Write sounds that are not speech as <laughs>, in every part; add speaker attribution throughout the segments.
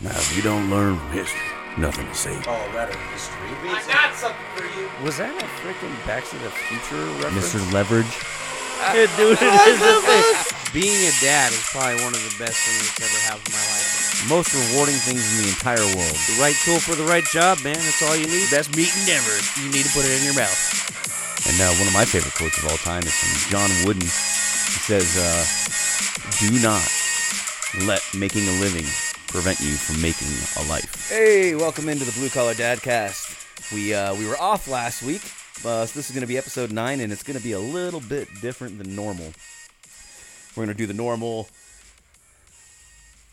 Speaker 1: You don't learn from history. Nothing to say.
Speaker 2: Oh, that history.
Speaker 3: I got something for you.
Speaker 4: Was that a freaking Back to the Future reference?
Speaker 5: Mr. Leverage.
Speaker 4: Yeah, dude, it is a thing. Being a dad is probably one of the best things that's ever happened in my life.
Speaker 5: Most rewarding things in the entire world.
Speaker 4: The right tool for the right job, man. That's all you need.
Speaker 5: Best meeting ever. You need to put it in your mouth. And uh, one of my favorite quotes of all time is from John Wooden. He says, uh, "Do not let making a living prevent you from making a life."
Speaker 6: Hey, welcome into the Blue Collar Dadcast. We uh, we were off last week, uh, so this is going to be episode nine, and it's going to be a little bit different than normal. We're going to do the normal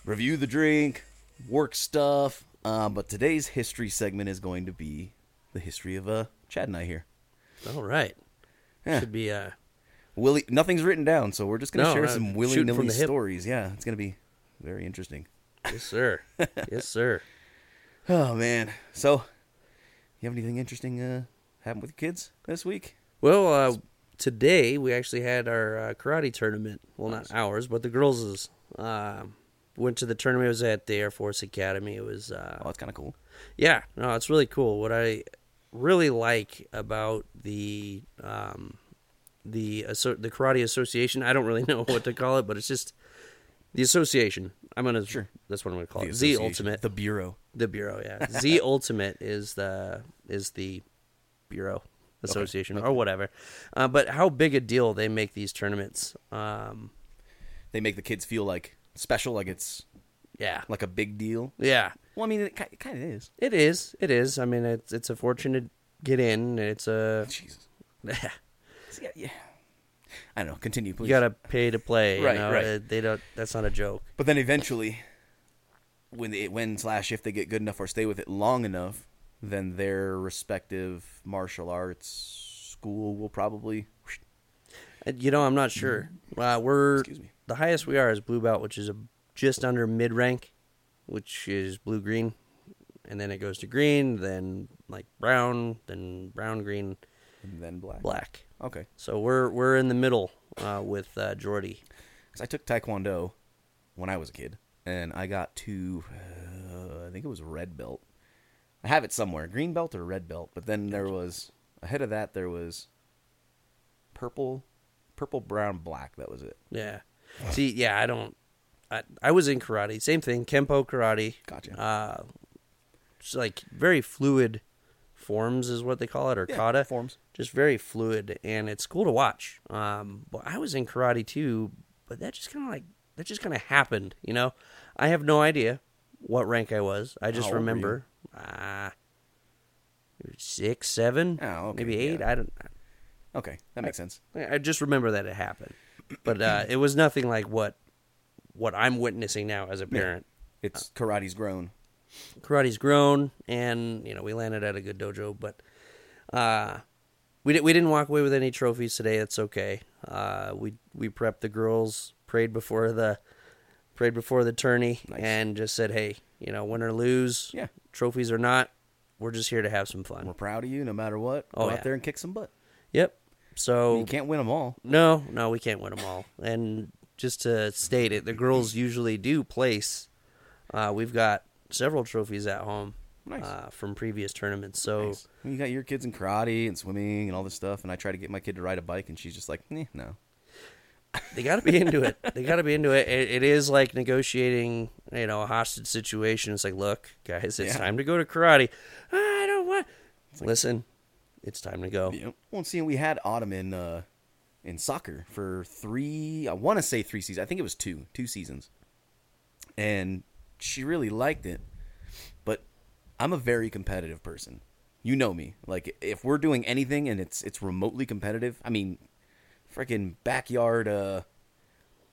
Speaker 6: review the drink, work stuff, uh, but today's history segment is going to be the history of uh, Chad and I here.
Speaker 4: All right.
Speaker 6: Yeah.
Speaker 4: Should be uh
Speaker 6: Willy, nothing's written down, so we're just going to
Speaker 4: No,
Speaker 6: share
Speaker 4: uh,
Speaker 6: some
Speaker 4: shooting
Speaker 6: willy nilly
Speaker 4: from the hip.
Speaker 6: stories. Yeah, it's going to be very interesting.
Speaker 5: <laughs>
Speaker 4: yes sir. yes sir.
Speaker 6: Oh man! So, you have anything interesting uh, happen with your kids this week?
Speaker 4: Well, uh today we actually had our uh, karate tournament. Well, not ours, but the girls' uh, went to the tournament. It was at the Air Force Academy. It was uh
Speaker 6: Oh, that's kind of cool.
Speaker 4: Yeah, no, it's really cool. What I really like about the um, the asso- the karate association, I don't really <laughs> know what to call it, but it's just the association. I'm gonna sure. That's what I'm gonna call it. The ultimate,
Speaker 6: the
Speaker 4: the,
Speaker 6: bureau.
Speaker 4: bureau. Yeah, the ultimate is the is the bureau association or whatever. Uh, but how big a deal they make these tournaments? Um,
Speaker 6: They make the kids feel like special, like it's
Speaker 4: yeah,
Speaker 6: like a big deal.
Speaker 4: yeah.
Speaker 6: Well, I mean, it, ki- it kind of is.
Speaker 4: It is. It is. I mean, it's it's a fortune to get in. and It's a
Speaker 6: Jesus.
Speaker 4: <laughs>
Speaker 6: So, yeah, yeah. I don't know. Continue, please.
Speaker 4: You gotta pay to play.
Speaker 6: Right,
Speaker 4: you know?
Speaker 6: right.
Speaker 4: They, they don't. That's not a joke.
Speaker 6: But then eventually, when they, when slash if they get good enough or stay with it long enough, then their respective martial arts school will probably.
Speaker 4: And, you know, I'm not sure. Uh, we're
Speaker 6: Mm-hmm. Excuse me.
Speaker 4: the highest we are is blue belt, which is a, just under mid rank, which is blue green, and then it goes to green, then like brown, then brown green,
Speaker 6: And then black.
Speaker 4: black.
Speaker 6: Okay.
Speaker 4: So we're we're in the middle uh, with uh, Jordy.
Speaker 6: Because I took Taekwondo when I was a kid, and I got to, uh, I think it was red belt. I have it somewhere, green belt or red belt. But then there was ahead of that there was purple, purple, brown, black. That was it.
Speaker 4: Yeah. See, yeah, I don't. I, I was in karate. Same thing, kempo karate.
Speaker 6: Gotcha.
Speaker 4: Uh, it's like very fluid forms is what they call it, or kata
Speaker 6: forms.
Speaker 4: Just very fluid, and it's cool to watch. Um, but I was in karate too, but that just kind of like that just kind of happened, you know. I have no idea what rank I was. I just
Speaker 6: How old were you?
Speaker 4: remember ah, six, seven,
Speaker 6: Oh, okay,
Speaker 4: maybe eight.
Speaker 6: yeah.
Speaker 4: I don't.
Speaker 6: Okay, that makes sense.
Speaker 4: I I just remember that it happened, but uh, it was nothing like what what I'm witnessing now as a parent.
Speaker 6: It's karate's grown.
Speaker 4: Karate's grown, and you know we landed at a good dojo, but uh, we di- we didn't walk away with any trophies today. It's okay. Uh, we we prepped the girls, prayed before the prayed before the tourney, and just said, hey, you know, win or lose,
Speaker 6: Yeah.
Speaker 4: trophies or not, we're just here to have some fun.
Speaker 6: We're proud of you, no matter what.
Speaker 4: Oh,
Speaker 6: Go
Speaker 4: yeah. Oh.
Speaker 6: out there and kick some butt.
Speaker 4: Yep. So
Speaker 6: You can't win them all.
Speaker 4: No, no, we can't win them all. And just to state it, the girls usually do place. Uh, we've got several trophies at home
Speaker 6: Nice.
Speaker 4: uh, from previous tournaments. So
Speaker 6: When you got your kids in karate and swimming and all this stuff, and I try to get my kid to ride a bike, and she's just like, eh, no.
Speaker 4: they got to be into it. They got to be into it. it. It is like negotiating, you know, a hostage situation. It's like, look, guys, it's
Speaker 6: Yeah.
Speaker 4: time to go to karate. I don't want. Listen, it's time to go.
Speaker 6: Yep. Well, and see, we had autumn in uh, in soccer for three. I want to say three seasons. I think it was two, two seasons. And she really liked it, but I'm a very competitive person. You know me. Like if we're doing anything and it's it's remotely competitive, I mean, freaking backyard. Uh,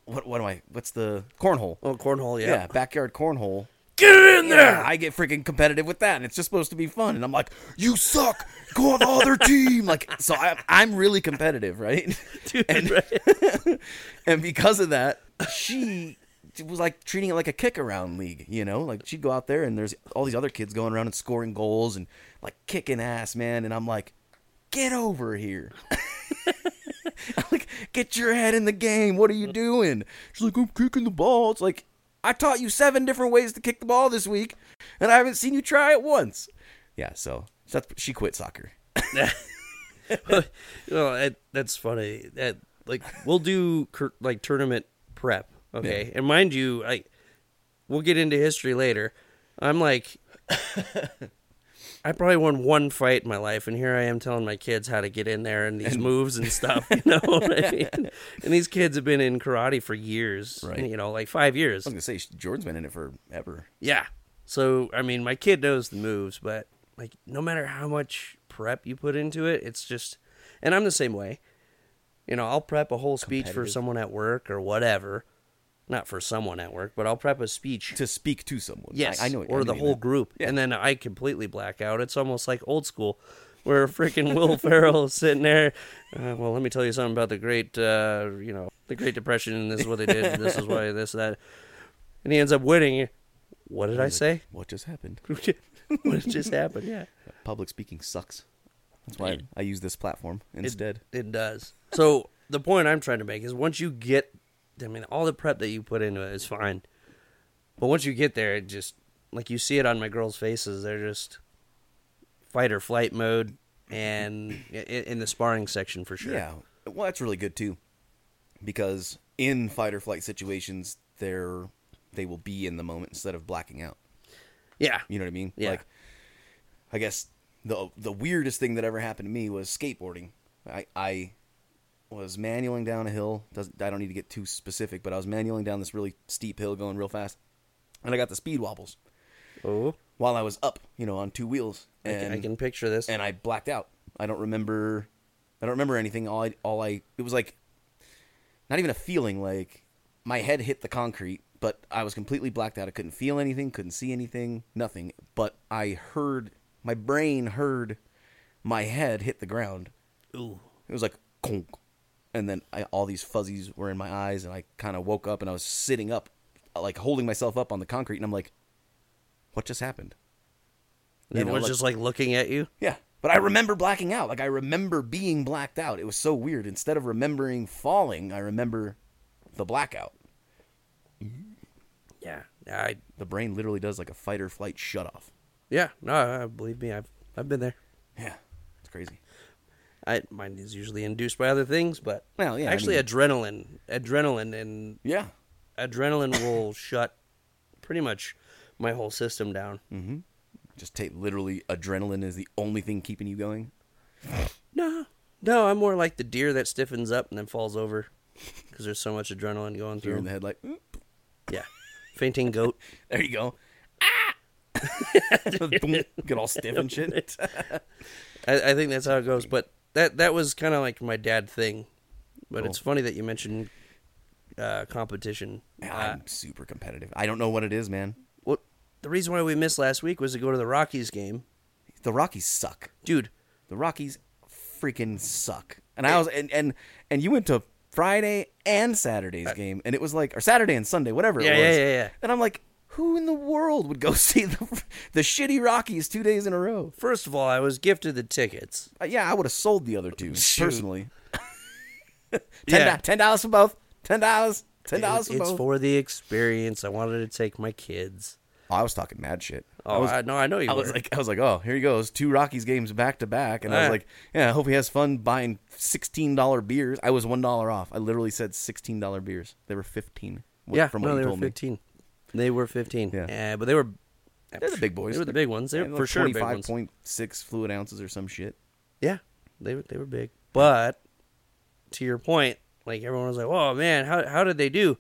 Speaker 6: what what am I? What's the cornhole?
Speaker 4: Oh, cornhole, yeah.
Speaker 6: Yeah, backyard cornhole. Get in there! I get freaking competitive with that, and it's just supposed to be fun. And I'm like, "You suck! Go on the other team!" Like, so I'm I'm really competitive, right? and, <laughs> and because of that, she was like treating it like a kick around league. You know, like she'd go out there, and there's all these other kids going around and scoring goals and like kicking ass, man. And I'm like, "Get over here!" <laughs> like, get your head in the game. What are you doing? She's like, I'm kicking the ball. It's like, I taught you seven different ways to kick the ball this week, and I haven't seen you try it once. Yeah, so that's, she quit soccer.
Speaker 4: <laughs> well, it, that's funny. That like we'll do cur- like tournament prep, okay? And mind you, I we'll get into history later. I'm like, I probably won one fight in my life, and here I am telling my kids how to get in there and these moves and stuff. You know what I mean? And these kids have been in karate for years,
Speaker 6: Right.
Speaker 4: You know, like five years.
Speaker 6: I was gonna say Jordan's been in it forever.
Speaker 4: Yeah. So I mean, my kid knows the moves, but like, no matter how much prep you put into it, it's just. And I'm the same way. You know, I'll prep a whole speech for someone at work or whatever. Not for someone at work, but I'll prep a speech.
Speaker 6: To speak to someone.
Speaker 4: yes,
Speaker 6: I, I know it.
Speaker 4: or the whole group,
Speaker 6: Yeah.
Speaker 4: and then I completely black out. It's almost like old school, where freaking Will <laughs> Ferrell is sitting there. Uh, well, let me tell you something about the great, uh, you know, the Great Depression, and this is what they did, and this is why this that, and he ends up winning. What did I say?
Speaker 6: What just happened?
Speaker 4: <laughs> what just happened. Yeah,
Speaker 6: Public speaking sucks. That's why I use this platform instead.
Speaker 4: it does. So the point I'm trying to make is once you get, I mean, all the prep that you put into it is fine, but once you get there, it just like you see it on my girls' faces, they're just fight or flight mode, and i- in the sparring section for sure.
Speaker 6: Yeah. Well, that's really good too, because in fight or flight situations, they're they will be in the moment instead of blacking out.
Speaker 4: yeah,
Speaker 6: You know what I mean?
Speaker 4: Yeah.
Speaker 6: Like, I guess the the weirdest thing that ever happened to me was skateboarding. I I was manualing down a hill. Doesn't I don't need to get too specific, but I was manualing down this really steep hill, going real fast, and I got the speed wobbles
Speaker 4: Oh,
Speaker 6: while I was up, you know, on two wheels,
Speaker 4: I can-
Speaker 6: and
Speaker 4: I can picture this.
Speaker 6: and I blacked out. I don't remember. I don't remember anything. All I all I it was like not even a feeling. Like my head hit the concrete, but I was completely blacked out. I couldn't feel anything, couldn't see anything, nothing. But I heard my brain heard my head hit the ground.
Speaker 4: Ooh.
Speaker 6: It was like conk, and then I, all these fuzzies were in my eyes, and I kind of woke up and I was sitting up, like holding myself up on the concrete, and I'm like, "What just happened?" You know,
Speaker 4: everyone's
Speaker 6: like-
Speaker 4: just like looking at you.
Speaker 6: yeah. But I remember blacking out. Like I remember being blacked out. It was so weird. Instead of remembering falling, I remember the blackout.
Speaker 4: Yeah, I
Speaker 6: The brain literally does like a fight or flight shut off.
Speaker 4: yeah no, I- believe me, I've I've been there.
Speaker 6: Yeah. It's crazy.
Speaker 4: I mine is usually induced by other things, but
Speaker 6: Well, yeah, I
Speaker 4: actually
Speaker 6: mean-
Speaker 4: adrenaline, adrenaline, and
Speaker 6: Yeah.
Speaker 4: adrenaline will shut pretty much my whole system down.
Speaker 6: Just take literally adrenaline is the only thing keeping you going.
Speaker 4: No, no, I'm more like the deer that stiffens up and then falls over because there's so much adrenaline going
Speaker 6: You're
Speaker 4: through.
Speaker 6: in the
Speaker 4: him.
Speaker 6: headlight. Mm,
Speaker 4: Yeah, fainting goat.
Speaker 6: There you go. Ah! <laughs> Boom. Get all stiff and shit.
Speaker 4: I, I think that's how it goes. But that that was kind of like my dad thing. But it's funny that you mentioned uh, competition. Uh,
Speaker 6: I'm super competitive. I don't know what it is, man.
Speaker 4: well, the reason why we missed last week was to go to the Rockies game,
Speaker 6: The Rockies suck.
Speaker 4: dude.
Speaker 6: The Rockies freaking suck. And I was and and, and you went to Friday and Saturday's game, and it was like or Saturday and Sunday, whatever
Speaker 4: Uh, Yeah,
Speaker 6: it was.
Speaker 4: yeah, yeah, yeah.
Speaker 6: And I'm like, who in the world would go <laughs> see the the shitty Rockies two days in a row?
Speaker 4: First of all, I was gifted the tickets.
Speaker 6: Uh, yeah, I would have sold the other
Speaker 4: <laughs>
Speaker 6: two personally. <laughs> ten
Speaker 4: Yeah.
Speaker 6: ten dollars for both. Ten dollars. Ten dollars
Speaker 4: It's,
Speaker 6: for both.
Speaker 4: for the experience. I wanted to take my kids.
Speaker 6: Oh, I was talking mad shit.
Speaker 4: Oh, I no, I know you.
Speaker 6: I was
Speaker 4: were.
Speaker 6: like, I was like, oh, here he goes, two Rockies games back to back, and I was
Speaker 4: Ah.
Speaker 6: like, yeah, I hope he has fun buying sixteen dollar beers. I was one dollar off. I literally said sixteen dollar beers. They were fifteen. wh-
Speaker 4: yeah,
Speaker 6: from what
Speaker 4: no,
Speaker 6: you
Speaker 4: they were
Speaker 6: told me.
Speaker 4: fifteen. They were fifteen.
Speaker 6: Yeah.
Speaker 4: Uh, but they were.
Speaker 6: They're the big boys.
Speaker 4: They were the big ones. They were for sure big
Speaker 6: Twenty-five
Speaker 4: ones.
Speaker 6: point six fluid ounces or some shit.
Speaker 4: Yeah, they were. They were big. But to your point, like everyone was like, "Oh man, how how did they do?"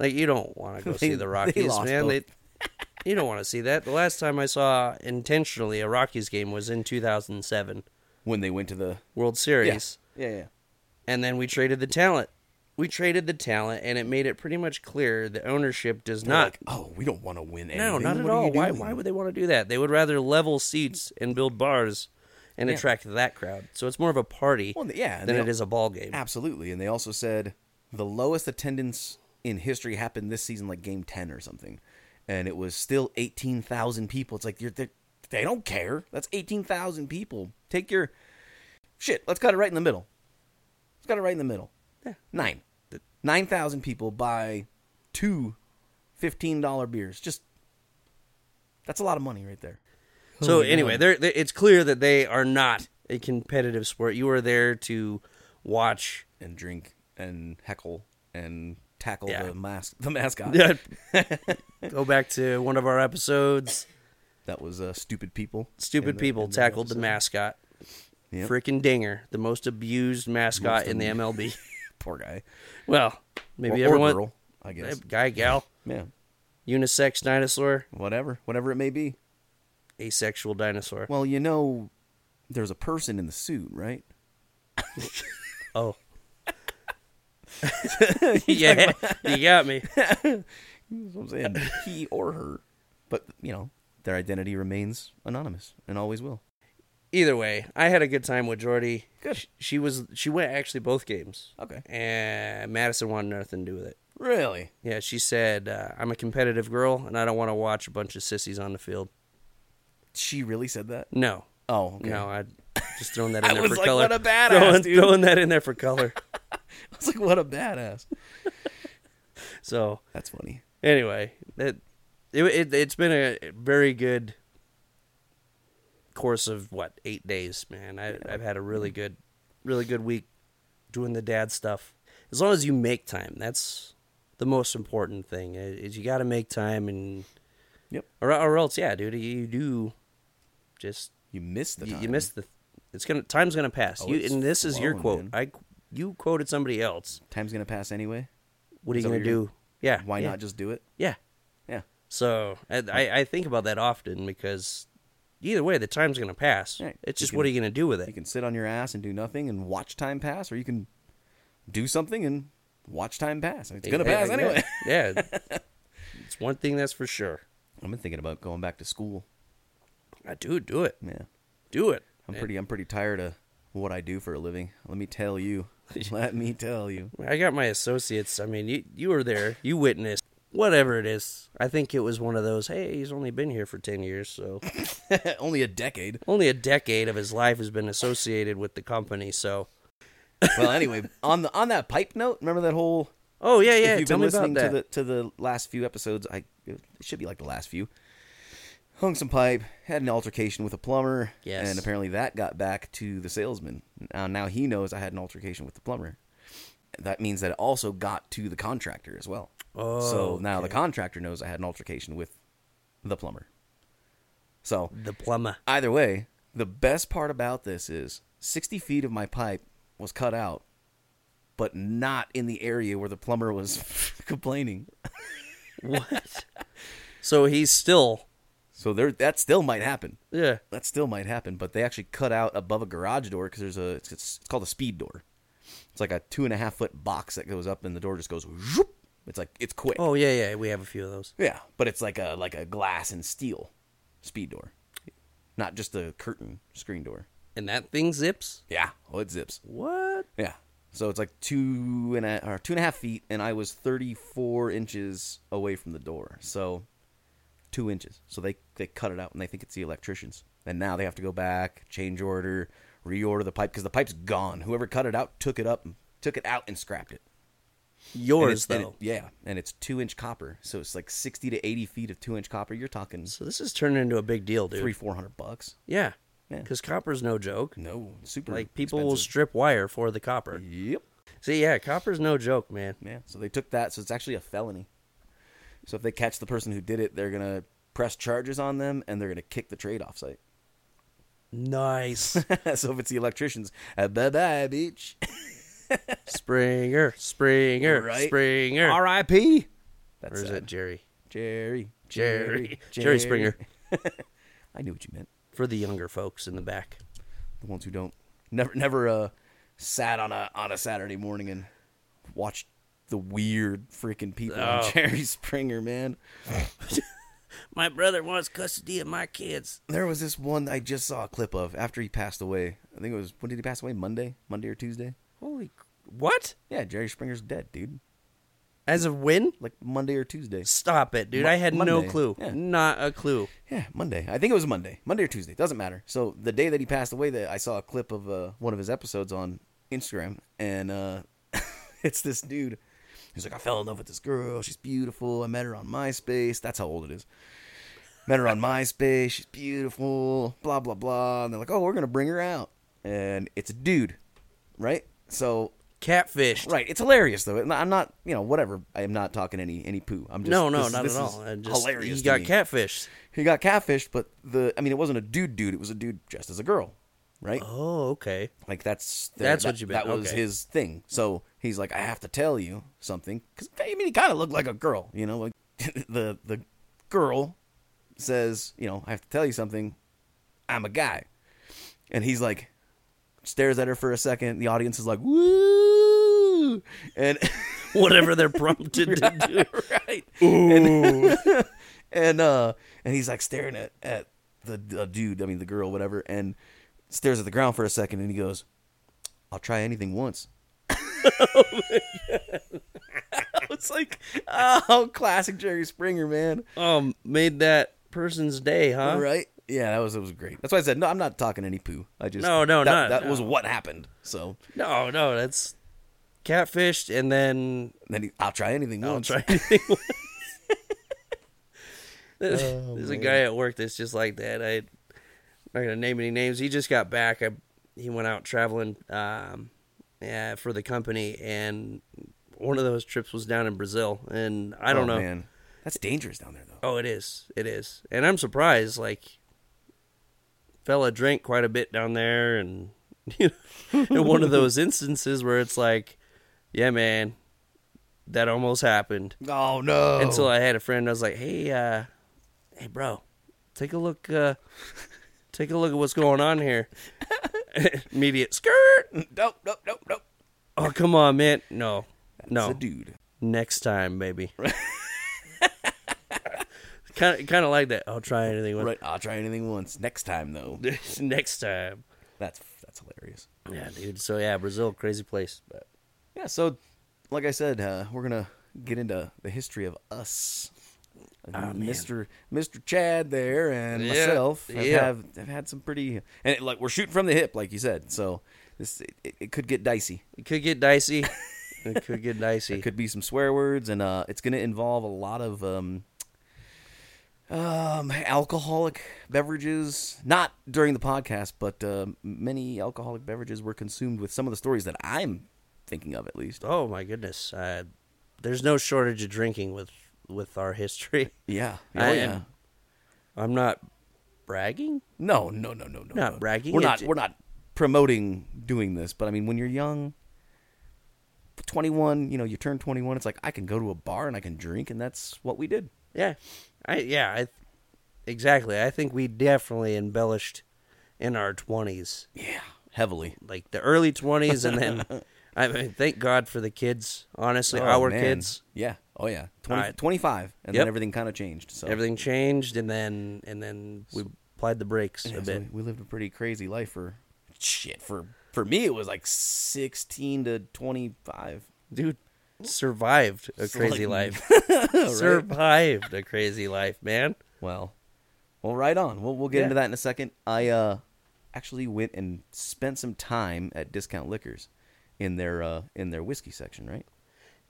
Speaker 4: Like you don't
Speaker 6: <laughs>
Speaker 4: want to go see
Speaker 6: They-
Speaker 4: the
Speaker 6: they
Speaker 4: Rockies,
Speaker 6: lost
Speaker 4: man.
Speaker 6: both.
Speaker 4: They, you don't want to see that. The last time I saw intentionally a Rockies game was in 2007
Speaker 6: When they went to the
Speaker 4: World
Speaker 6: yeah.
Speaker 4: Series.
Speaker 6: yeah, yeah,
Speaker 4: and then we traded the talent. We traded the talent, and it made it pretty much clear the ownership does not.
Speaker 6: like, oh, we don't want to win. Anything.
Speaker 4: no, not
Speaker 6: What
Speaker 4: at
Speaker 6: are you
Speaker 4: all. Why?
Speaker 6: doing?
Speaker 4: Why would they want to do that? They would rather level seats and build bars, and attract that crowd. So it's more of a party,
Speaker 6: Well, yeah, and
Speaker 4: than
Speaker 6: they
Speaker 4: it
Speaker 6: al-
Speaker 4: is a ball game.
Speaker 6: Absolutely. And they also said the lowest attendance in history happened this season, like game 10 or something. And it was still 18,000 people. It's like, you're, they're- they don't care. That's 18,000 people. Take your shit. Let's cut it right in the middle. Let's cut it right in the middle. Nine. 9,000 people buy two fifteen dollar beers. Just that's a lot of money right there.
Speaker 4: So anyway, they're, they it's clear that they are not a competitive sport. You are there to watch. <laughs>
Speaker 6: And drink and heckle and tackle
Speaker 4: Yeah.
Speaker 6: the mask the <laughs> mascot.
Speaker 4: Go back to one of our episodes.
Speaker 6: That was uh, stupid people.
Speaker 4: Stupid
Speaker 6: in the-
Speaker 4: people
Speaker 6: in the
Speaker 4: tackled the
Speaker 6: episode.
Speaker 4: mascot.
Speaker 6: Yep.
Speaker 4: Frickin' Dinger, the most abused mascot in the MLB.
Speaker 6: Poor guy.
Speaker 4: <laughs> well, maybe
Speaker 6: or,
Speaker 4: everyone.
Speaker 6: or girl, I guess.
Speaker 4: Guy, gal,
Speaker 6: Yeah.
Speaker 4: unisex dinosaur,
Speaker 6: Whatever. Whatever it may be.
Speaker 4: asexual dinosaur.
Speaker 6: Well, you know there's a person in the suit, right? <laughs>
Speaker 4: Oh. yeah,
Speaker 6: <laughs>
Speaker 4: you got me.
Speaker 6: That's what I'm
Speaker 4: <laughs>
Speaker 6: saying. he or her. But you know, their identity remains anonymous and always will.
Speaker 4: Either way, I had a good time with Jordy.
Speaker 6: Good.
Speaker 4: Sh- She was she went actually both games.
Speaker 6: Okay.
Speaker 4: And Madison wanted nothing to do with it.
Speaker 6: Really?
Speaker 4: Yeah, she said, uh, "I'm a competitive girl, and I don't want to watch a bunch of sissies on the field."
Speaker 6: She really said that?
Speaker 4: No,
Speaker 6: Oh, okay.
Speaker 4: no, I just throwing
Speaker 6: <laughs>
Speaker 4: that in
Speaker 6: I
Speaker 4: there
Speaker 6: was
Speaker 4: for
Speaker 6: like,
Speaker 4: color.
Speaker 6: what a badass,
Speaker 4: throwing,
Speaker 6: dude.
Speaker 4: throwing that in there
Speaker 6: <laughs>
Speaker 4: for color.
Speaker 6: <laughs> I was like, what a badass.
Speaker 4: so
Speaker 6: That's funny.
Speaker 4: anyway, it, it, it it's been a very good course of what eight days, man. I, I've had a really good, really good week doing the dad stuff. As long as you make time, that's the most important thing. i- Is you got to make time and
Speaker 6: Yep.
Speaker 4: or, or else, yeah, dude, you do just
Speaker 6: You missed the
Speaker 4: you,
Speaker 6: time.
Speaker 4: you missed the. It's gonna time's gonna pass.
Speaker 6: Oh,
Speaker 4: you
Speaker 6: it's
Speaker 4: and this is your quote.
Speaker 6: flowing,
Speaker 4: I you quoted somebody else.
Speaker 6: Time's gonna pass anyway.
Speaker 4: What are
Speaker 6: Is
Speaker 4: you
Speaker 6: that
Speaker 4: gonna
Speaker 6: what you're-
Speaker 4: do? Yeah.
Speaker 6: Why
Speaker 4: yeah,
Speaker 6: not just do it?
Speaker 4: Yeah.
Speaker 6: Yeah.
Speaker 4: So I, I, I think about that often because either way, the time's going to pass.
Speaker 6: Right.
Speaker 4: It's
Speaker 6: You
Speaker 4: just
Speaker 6: can-
Speaker 4: what are you going to do with it?
Speaker 6: You can sit on your ass and do nothing and watch time pass, or you can do something and watch time pass. It's gonna
Speaker 4: Yeah,
Speaker 6: pass
Speaker 4: yeah,
Speaker 6: anyway. <laughs>
Speaker 4: Yeah. it's one thing that's for sure.
Speaker 6: I've been thinking about going back to school.
Speaker 4: I do do it.
Speaker 6: Yeah.
Speaker 4: Do it.
Speaker 6: I'm pretty I'm pretty tired of what I do for a living. Let me tell
Speaker 4: <laughs>
Speaker 6: you. Let me tell you. <laughs>
Speaker 4: I got my associates. I mean, you you were there. You witnessed whatever it is. I think it was one of those. Hey, he's only been here for ten years, so <laughs>
Speaker 6: Only a decade.
Speaker 4: only a decade of his life has been associated with the company. So,
Speaker 6: Well, anyway, on the on that pipe note, remember that whole
Speaker 4: oh yeah, yeah.
Speaker 6: if you've
Speaker 4: tell
Speaker 6: been
Speaker 4: me
Speaker 6: listening
Speaker 4: about that.
Speaker 6: to the to the last few episodes, I it should be like the last few. Hung some pipe, had an altercation with a plumber,
Speaker 4: Yes.
Speaker 6: and apparently that got back to the salesman. Now, now he knows I had an altercation with the plumber. That means that it also got to the contractor as well.
Speaker 4: Oh,
Speaker 6: so now the contractor knows I had an altercation with the plumber. So
Speaker 4: the plumber.
Speaker 6: either way, the best part about this is 60 feet of my pipe was cut out, but not in the area where the plumber was <laughs> complaining.
Speaker 4: What? so he's still
Speaker 6: So there, that still might happen.
Speaker 4: yeah.
Speaker 6: That still might happen, but they actually cut out above a garage door because there's a it's, it's called a speed door. It's like a two and a half foot box that goes up, and the door just goes. Whoop. It's like it's quick.
Speaker 4: Oh yeah, yeah. We have a few of those.
Speaker 6: Yeah, but it's like a like a glass and steel speed door, not just a curtain screen door.
Speaker 4: And that thing zips.
Speaker 6: Yeah, oh, it zips.
Speaker 4: What?
Speaker 6: Yeah. So it's like two and a or two and a half feet, and I was thirty four inches away from the door. So two inches. So they they cut it out, and they think it's the electricians. And now they have to go back, change order, reorder the pipe because the pipe's gone. Whoever cut it out took it up, took it out, and scrapped it. And
Speaker 4: Yours
Speaker 6: it's- and it-
Speaker 4: though.
Speaker 6: yeah, and it's two inch copper, so it's like sixty to eighty feet of two inch copper. You're talking
Speaker 4: so this is turning into a big deal, dude.
Speaker 6: three four hundred bucks.
Speaker 4: Yeah.
Speaker 6: Yeah.
Speaker 4: Because copper's no joke.
Speaker 6: No, super.
Speaker 4: Like people will
Speaker 6: expensive.
Speaker 4: strip wire for the copper.
Speaker 6: Yep.
Speaker 4: See, yeah, copper's no joke, man.
Speaker 6: Yeah. So they took that. So it's actually a felony. So if they catch the person who did it, they're gonna press charges on them and they're gonna kick the trade off site. <laughs>
Speaker 4: Nice.
Speaker 6: so if it's the electricians, uh, bye bye, bitch.
Speaker 4: <laughs>
Speaker 6: <laughs>
Speaker 4: Springer, Springer,
Speaker 6: Right.
Speaker 4: Springer.
Speaker 6: R.I.P. That's
Speaker 4: Or is that
Speaker 6: sad.
Speaker 4: Jerry?
Speaker 6: Jerry.
Speaker 4: Jerry. <laughs> Jerry Springer.
Speaker 6: <laughs> I knew what you meant.
Speaker 4: For the younger folks in the back.
Speaker 6: The ones who don't never never uh sat on a on a Saturday morning and watched the weird freaking people on
Speaker 4: Oh.
Speaker 6: <laughs> Jerry Springer, man.
Speaker 4: My brother wants custody of my kids.
Speaker 6: There was this one I just saw a clip of after he passed away. I think it was when did he pass away? Monday, Monday or Tuesday?
Speaker 4: Holy. cr- What?
Speaker 6: Yeah, Jerry Springer's dead, dude.
Speaker 4: As of when?
Speaker 6: Like Monday or Tuesday.
Speaker 4: Stop it, dude.
Speaker 6: Mon-
Speaker 4: I had no
Speaker 6: Monday.
Speaker 4: clue.
Speaker 6: Yeah.
Speaker 4: Not a clue.
Speaker 6: Yeah, Monday. I think it was Monday. Monday or Tuesday. Doesn't matter. So the day that he passed away, that I saw a clip <laughs> of uh, one of his episodes on Instagram, and uh, it's this dude. He's like, I fell in love with this girl. She's beautiful. I met her on MySpace. That's how old it is. Met her on MySpace. She's beautiful. Blah blah blah. And they're like, oh, we're gonna bring her out, and it's a dude, right? So
Speaker 4: Catfished.
Speaker 6: right, it's hilarious though. And I'm not, you know, whatever. I am not talking any any poo. I'm just
Speaker 4: no, no,
Speaker 6: this-
Speaker 4: not
Speaker 6: this
Speaker 4: at
Speaker 6: is
Speaker 4: all. And just,
Speaker 6: hilarious.
Speaker 4: He
Speaker 6: to
Speaker 4: got
Speaker 6: me.
Speaker 4: catfished.
Speaker 6: He got catfished, but the I mean, it wasn't a dude dude. It was a dude dressed as a girl, right?
Speaker 4: Oh, okay.
Speaker 6: Like that's the-
Speaker 4: That's
Speaker 6: that,
Speaker 4: what you meant,
Speaker 6: That was
Speaker 4: okay.
Speaker 6: his thing. So he's like, I have to tell you something because I mean, he kind of looked like a girl, you know. Like <laughs> the the girl says, you know, I have to tell you something. I'm a guy, and he's like stares at her for a second. The audience is like, woo, and
Speaker 4: <laughs>
Speaker 6: <laughs>
Speaker 4: Whatever they're prompted to do.
Speaker 6: right. And, <laughs> and uh and he's like staring at at the, the dude, I mean the girl, whatever, and stares at the ground for a second and he goes, I'll try anything
Speaker 4: <laughs>
Speaker 6: once. <laughs> it's like oh classic Jerry Springer, man.
Speaker 4: Um, made that person's day, huh?
Speaker 6: Right? Yeah, that was it was great. That's why I said no, I'm not talking any poo. I just
Speaker 4: No, no,
Speaker 6: that,
Speaker 4: not-
Speaker 6: that
Speaker 4: no.
Speaker 6: was what happened. So
Speaker 4: No, no, that's catfished, and then <laughs>
Speaker 6: then he, I'll try anything
Speaker 4: I'll
Speaker 6: once.
Speaker 4: try anything. once. <laughs> There's
Speaker 6: Oh,
Speaker 4: there's a guy at work that's just like that. I, I'm not gonna name any names. He just got back. I, he went out traveling, um, yeah, for the company, and one of those trips was down in Brazil, and I don't
Speaker 6: Oh,
Speaker 4: know.
Speaker 6: Man. That's dangerous down there though.
Speaker 4: Oh, it is, it is, and I'm surprised. Like, fella drank quite a bit down there, and <laughs> you know, in one
Speaker 6: <laughs>
Speaker 4: of those instances where it's like, yeah, man, that almost happened.
Speaker 6: Oh no.
Speaker 4: Until I had a friend, I was like, "Hey, uh, hey, bro, take a look, uh, take a look at what's going on
Speaker 6: <laughs>
Speaker 4: here." Immediate skirt.
Speaker 6: <laughs> nope, nope, nope, nope.
Speaker 4: Oh, come on, man. No, no.
Speaker 6: It's a dude.
Speaker 4: Next time,
Speaker 6: <laughs>
Speaker 4: maybe. Kind of, kind of like that. I'll try anything. With
Speaker 6: Right, I'll try anything once. Next time though.
Speaker 4: <laughs> Next time.
Speaker 6: That's that's hilarious.
Speaker 4: Yeah, dude. So yeah, Brazil, crazy place. But
Speaker 6: Yeah, so like I said, uh, we're gonna get into the history of us. Ah, Mr. Mr. Chad there and
Speaker 4: Yeah,
Speaker 6: myself have,
Speaker 4: yeah.
Speaker 6: have, have had some pretty and it, like we're shooting from the hip, like you said. So this it, it, it could get dicey.
Speaker 4: it could
Speaker 6: <laughs>
Speaker 4: get dicey. it could get dicey.
Speaker 6: It could be some swear words, and uh, it's gonna involve a lot of um, um, alcoholic beverages. Not during the podcast, but uh, many alcoholic beverages were consumed with some of the stories that I'm thinking of, at least.
Speaker 4: Oh my goodness. Uh, there's no shortage of drinking with with our history. <laughs>
Speaker 6: Yeah. Oh,
Speaker 4: I
Speaker 6: yeah.
Speaker 4: am- I'm not bragging.
Speaker 6: No, no, no, no, no.
Speaker 4: Not
Speaker 6: no.
Speaker 4: bragging,
Speaker 6: We're
Speaker 4: it
Speaker 6: not.
Speaker 4: ju-
Speaker 6: We're not promoting doing this, but I mean, when you're young, twenty-one, you know, you turn twenty-one, it's like I can go to a bar and I can drink, and that's what we did.
Speaker 4: Yeah, I yeah, I exactly. I think we definitely embellished in our twenties,
Speaker 6: Yeah, heavily.
Speaker 4: like the early twenties, and
Speaker 6: <laughs>
Speaker 4: then I mean, thank God for the kids. Honestly,
Speaker 6: Oh,
Speaker 4: our
Speaker 6: man.
Speaker 4: kids,
Speaker 6: Yeah. Oh yeah. 20,
Speaker 4: All right.
Speaker 6: 25 and
Speaker 4: Yep.
Speaker 6: then everything kind of changed. So
Speaker 4: everything changed, and then and then we applied the brakes
Speaker 6: Yeah,
Speaker 4: a
Speaker 6: so
Speaker 4: bit.
Speaker 6: we- we lived a pretty crazy life for shit. For for me, it was like sixteen to twenty-five.
Speaker 4: Dude survived a crazy life.
Speaker 6: <laughs>
Speaker 4: Survived a crazy life, man.
Speaker 6: Well, well, right on. We'll we'll get
Speaker 4: Yeah.
Speaker 6: into that in a second. I uh, actually went and spent some time at Discount Liquors in their uh, in their whiskey section, right?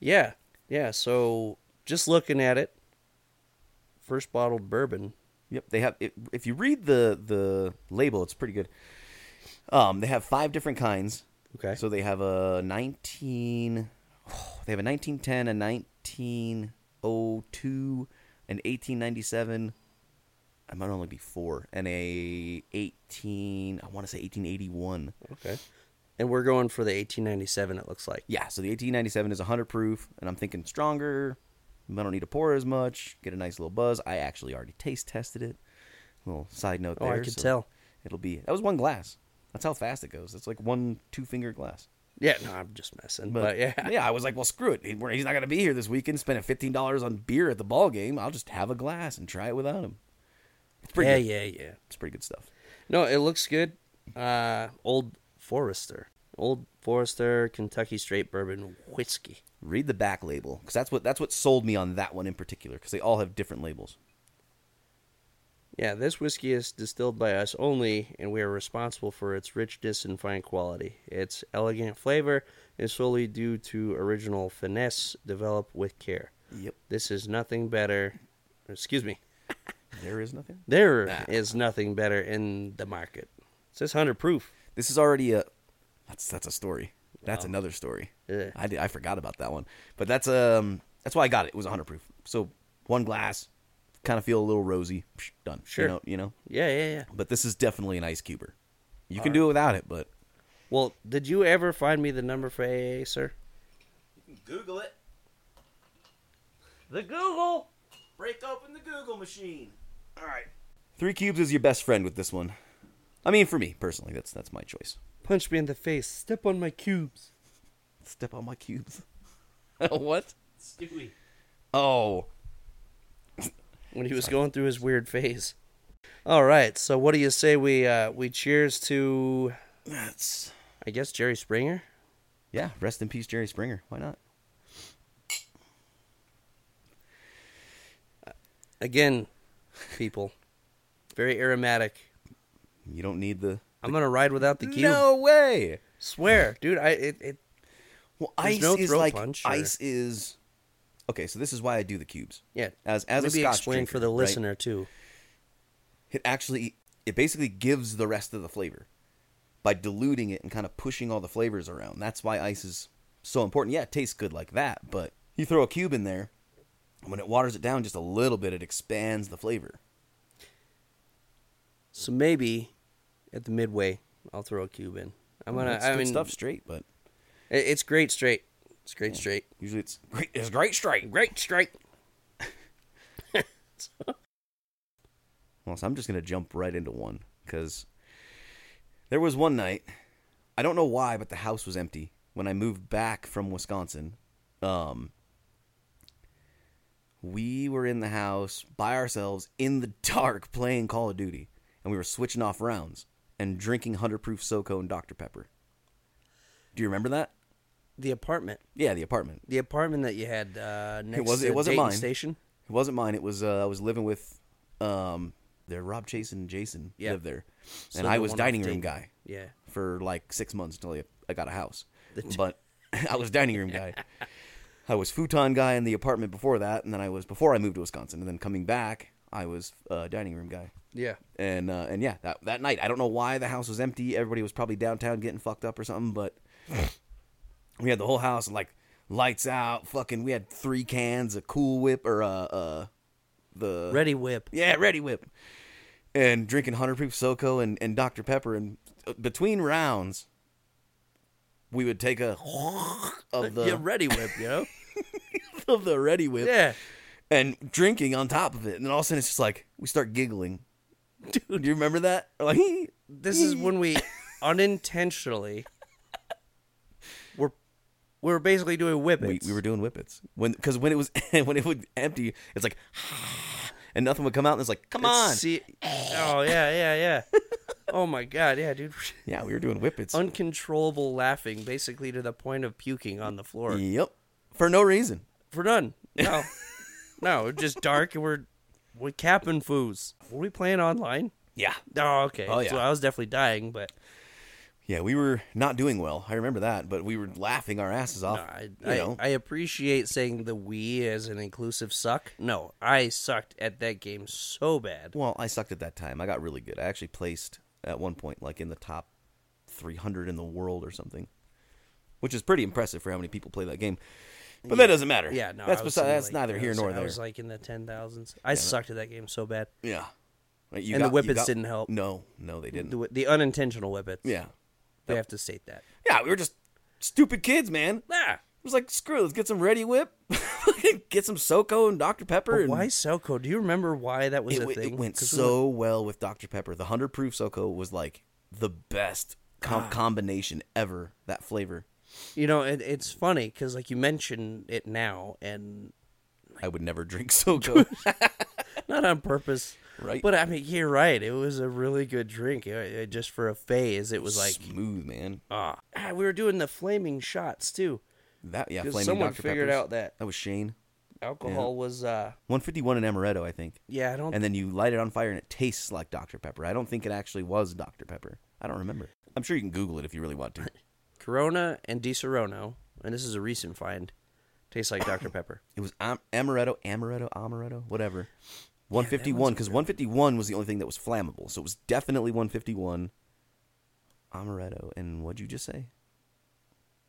Speaker 4: Yeah, yeah. So just looking at it, first bottled bourbon.
Speaker 6: Yep, they have. If, if you read the the label, it's pretty good. Um, they have five different kinds.
Speaker 4: Okay.
Speaker 6: So they have a nineteen. oh, they have a nineteen ten, a nineteen oh two, an eighteen ninety seven. I might only be four, and a eighteen. I want to say eighteen eighty one.
Speaker 4: Okay. And we're going for the 1897. It looks like.
Speaker 6: Yeah, so the 1897 is 100 proof, and I'm thinking stronger. I don't need to pour as much. Get a nice little buzz. I actually already taste tested it. Little side note
Speaker 4: Oh, I
Speaker 6: there.
Speaker 4: could
Speaker 6: so
Speaker 4: tell.
Speaker 6: It'll be that was one glass. That's how fast it goes. It's like one two finger glass.
Speaker 4: Yeah, no, I'm just messing. But, yeah.
Speaker 6: yeah, I was like, well, screw it. He- we're- He's not gonna be here this weekend. Spending fifteen dollars on beer at the ball game. I'll just have a glass and try it without him. It's <laughs> pretty.
Speaker 4: Yeah,
Speaker 6: good.
Speaker 4: yeah, yeah.
Speaker 6: It's pretty good stuff.
Speaker 4: No, it looks good. Uh Old Forester. Old Forester Kentucky straight bourbon whiskey.
Speaker 6: Read the back label because that's what that's what sold me on that one in particular because they all have different labels.
Speaker 4: Yeah, this whiskey is distilled by us only, and we are responsible for its richness and fine quality. Its elegant flavor is solely due to original finesse developed with care.
Speaker 6: Yep.
Speaker 4: This is nothing better. Excuse me.
Speaker 6: There is nothing.
Speaker 4: There is nothing better in the market. It says 100 proof.
Speaker 6: This is already a. That's that's a story. That's another story.
Speaker 4: Yeah.
Speaker 6: I did, I forgot about that one, but that's um that's why I got it. It was 100 proof. So one glass, kind of feel a little rosy. Psh, done.
Speaker 4: Sure.
Speaker 6: You know, you know.
Speaker 4: Yeah, yeah, yeah.
Speaker 6: But this is definitely an ice cuber. You can do it without it, but
Speaker 4: Well, did you ever find me the number for AA, sir?
Speaker 2: Google it. The Google. Break open the Google machine. All right.
Speaker 6: three cubes is your best friend with this one. I mean, for me personally, that's that's my choice.
Speaker 4: Punch me in the face. Step on my cubes.
Speaker 6: Step on my cubes. <laughs> what?
Speaker 2: Stewie.
Speaker 6: Oh,
Speaker 4: when he was going through his weird phase. All right, so what do you say we uh we cheers to
Speaker 6: that's
Speaker 4: I guess Jerry Springer?
Speaker 6: yeah. Rest in peace, Jerry Springer. Why not?
Speaker 4: Again, people. Very aromatic.
Speaker 6: You don't need the.
Speaker 4: I'm going to ride without the cube.
Speaker 6: No way.
Speaker 4: Swear, dude, I it, it
Speaker 6: Well,
Speaker 4: There's
Speaker 6: ice
Speaker 4: no
Speaker 6: is
Speaker 4: throat
Speaker 6: like
Speaker 4: punch, or-
Speaker 6: ice is. Okay, so this is why I do the cubes.
Speaker 4: yeah.
Speaker 6: As as
Speaker 4: maybe
Speaker 6: a Scotch
Speaker 4: explain
Speaker 6: drinker,
Speaker 4: for the
Speaker 6: right,
Speaker 4: listener too.
Speaker 6: it actually it basically gives the rest of the flavor by diluting it and kind of pushing all the flavors around. That's why ice is so important. Yeah, it tastes good like that, but you throw a cube in there, and when it waters it down just a little bit, it expands the flavor.
Speaker 4: So maybe at the midway, I'll throw a cube in. I'm going
Speaker 6: It's
Speaker 4: to I
Speaker 6: good
Speaker 4: mean
Speaker 6: stuff straight, but
Speaker 4: it- it's great straight. It's great straight.
Speaker 6: usually it's great. It's great straight.
Speaker 4: Great straight.
Speaker 6: Well, so I'm just gonna jump right into one because there was one night. I don't know why, but the house was empty when I moved back from Wisconsin. Um, we were in the house by ourselves in the dark playing Call of Duty, and we were switching off rounds and drinking hundred proof SoCo and Dr Pepper. Do you remember that?
Speaker 4: The apartment.
Speaker 6: Yeah, the apartment.
Speaker 4: The apartment that you had uh next
Speaker 6: was-
Speaker 4: to
Speaker 6: it wasn't
Speaker 4: Dayton
Speaker 6: mine.
Speaker 4: station.
Speaker 6: It wasn't mine. It was uh, I was living with um, there Rob Chase and Jason
Speaker 4: Yeah.
Speaker 6: lived there,
Speaker 4: So
Speaker 6: and I
Speaker 4: the
Speaker 6: was
Speaker 4: one off
Speaker 6: dining room
Speaker 4: Dayton.
Speaker 6: guy.
Speaker 4: Yeah.
Speaker 6: for like six months until I, I got a house. but <laughs> I was dining room
Speaker 4: <laughs>
Speaker 6: guy. I was futon guy in the apartment before that, and then I was before I moved to Wisconsin, and then coming back, I was uh, dining room guy.
Speaker 4: Yeah.
Speaker 6: And uh, and yeah, that that night, I don't know why the house was empty. Everybody was probably downtown getting fucked up or something,
Speaker 4: <laughs>
Speaker 6: but we had the whole house like lights out. Fucking, we had three cans of Cool Whip or uh, uh the
Speaker 4: Ready whip.
Speaker 6: yeah, Ready Whip. And drinking 100 proof SoCo and, and Dr. Pepper. And uh, between rounds, we would take a <laughs> of the,
Speaker 4: Uh, yeah, ready whip, you know?
Speaker 6: <laughs> of the Ready Whip
Speaker 4: <laughs> yeah.
Speaker 6: and drinking on top of it. And then all of a sudden, it's just like, we start giggling. Dude, do you remember that?
Speaker 4: <laughs>
Speaker 6: Like,
Speaker 4: This is when <laughs> we unintentionally were we're basically doing
Speaker 6: we,
Speaker 4: whippets.
Speaker 6: we were doing whippets. when Because when it was <laughs> when it would empty, it's like, <sighs> and nothing would come out. And it's like, come
Speaker 4: It's
Speaker 6: on.
Speaker 4: se- oh yeah, yeah,
Speaker 6: <laughs>
Speaker 4: yeah. Oh my god, yeah, dude.
Speaker 6: yeah, we were doing whippets.
Speaker 4: Oh, Uncontrollable laughing, basically to the point of puking on the floor.
Speaker 6: yep. For no reason.
Speaker 4: For none. No. no, it's just dark and we're we're capping foos. Were we playing online?
Speaker 6: Yeah.
Speaker 4: Oh, okay.
Speaker 6: Oh, yeah.
Speaker 4: So I was definitely dying, but
Speaker 6: Yeah, we were not doing well. I remember that, but we were laughing our asses off.
Speaker 4: I,
Speaker 6: Oh, you
Speaker 4: I,
Speaker 6: know,
Speaker 4: I appreciate saying the we as an inclusive suck. No, I sucked at that game so bad.
Speaker 6: well, I sucked at that time. I got really good. I actually placed at one point like in the top 300 in the world or something, which is pretty impressive for how many people play that game. But that doesn't matter.
Speaker 4: Yeah, no,
Speaker 6: that's
Speaker 4: I was
Speaker 6: besi-
Speaker 4: in,
Speaker 6: that's
Speaker 4: like-
Speaker 6: neither
Speaker 4: I
Speaker 6: here
Speaker 4: was-
Speaker 6: nor
Speaker 4: I
Speaker 6: there.
Speaker 4: was like in the ten thousands. I sucked at that game so bad.
Speaker 6: yeah, Right, you
Speaker 4: And the
Speaker 6: got- you
Speaker 4: whippets
Speaker 6: got-
Speaker 4: didn't help.
Speaker 6: No, no, they didn't.
Speaker 4: The, the unintentional whippets.
Speaker 6: Mm. yeah,
Speaker 4: we have to state that.
Speaker 6: yeah, we were just stupid kids, man. It
Speaker 4: Nah.
Speaker 6: was like, screw, it, let's get some Ready Whip, <laughs> get some SoCo and Dr Pepper. and
Speaker 4: Why Selco? Do you remember why that was
Speaker 6: it,
Speaker 4: a
Speaker 6: w- it
Speaker 4: thing?
Speaker 6: went
Speaker 4: 'Cause
Speaker 6: so well with Dr. Pepper. The 100 proof SoCo was like the best
Speaker 4: Ah.
Speaker 6: com- combination ever, that flavor.
Speaker 4: you know, it, it's funny because like you mention it now, and <laughs>
Speaker 6: I would never drink SoCo.
Speaker 4: not on purpose,
Speaker 6: Right.
Speaker 4: But I mean, you're right. It was a really good drink. It- it- just for a phase, it was like
Speaker 6: Smooth, man.
Speaker 4: Ah, ah, we were doing the flaming shots too.
Speaker 6: That, yeah,
Speaker 4: 'Cause
Speaker 6: flaming
Speaker 4: someone
Speaker 6: Dr.
Speaker 4: figured
Speaker 6: Peppers.
Speaker 4: out that.
Speaker 6: That was Shane.
Speaker 4: alcohol was uh
Speaker 6: 151 in amaretto, I think.
Speaker 4: yeah, I don't
Speaker 6: And then you light it on fire and it tastes like Dr. Pepper. I don't think it actually was Dr. Pepper. I don't remember. I'm sure you can Google it if you really want to.
Speaker 4: Corona and Di Serono, and this is a recent find, tastes like Dr. Pepper.
Speaker 6: It was am- amaretto, amaretto, amaretto, whatever. 151, because 151 was the only thing that was flammable. So it was definitely 151 amaretto. And what'd you just say?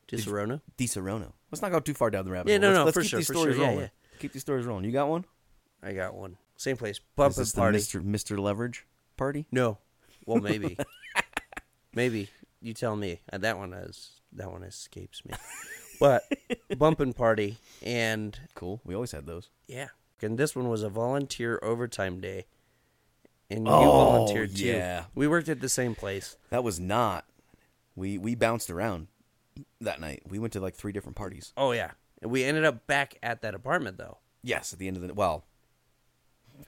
Speaker 4: Di Serono?
Speaker 6: Di Serono. Let's not go too far down the rabbit
Speaker 4: Yeah,
Speaker 6: hole.
Speaker 4: no,
Speaker 6: let's,
Speaker 4: no,
Speaker 6: let's
Speaker 4: for
Speaker 6: keep
Speaker 4: sure,
Speaker 6: these
Speaker 4: for
Speaker 6: stories
Speaker 4: sure. Yeah,
Speaker 6: rolling.
Speaker 4: yeah.
Speaker 6: Keep these stories rolling. You got one?
Speaker 4: I got one. Same place.
Speaker 6: Is
Speaker 4: Bump
Speaker 6: this
Speaker 4: and
Speaker 6: the
Speaker 4: party.
Speaker 6: Mr. Mr. Leverage party?
Speaker 4: No.
Speaker 6: <laughs>
Speaker 4: Well, maybe. maybe you tell me. Uh, That one is that one escapes me. But bumping party and
Speaker 6: Cool. We always had those.
Speaker 4: yeah, and this one was a volunteer overtime day, and you
Speaker 6: Oh,
Speaker 4: volunteered too.
Speaker 6: yeah.
Speaker 4: We worked at the same place.
Speaker 6: That was not. We we bounced around that night. We went to like three different parties.
Speaker 4: Oh yeah, and we ended up back at that apartment though.
Speaker 6: Yes, at the end of the well,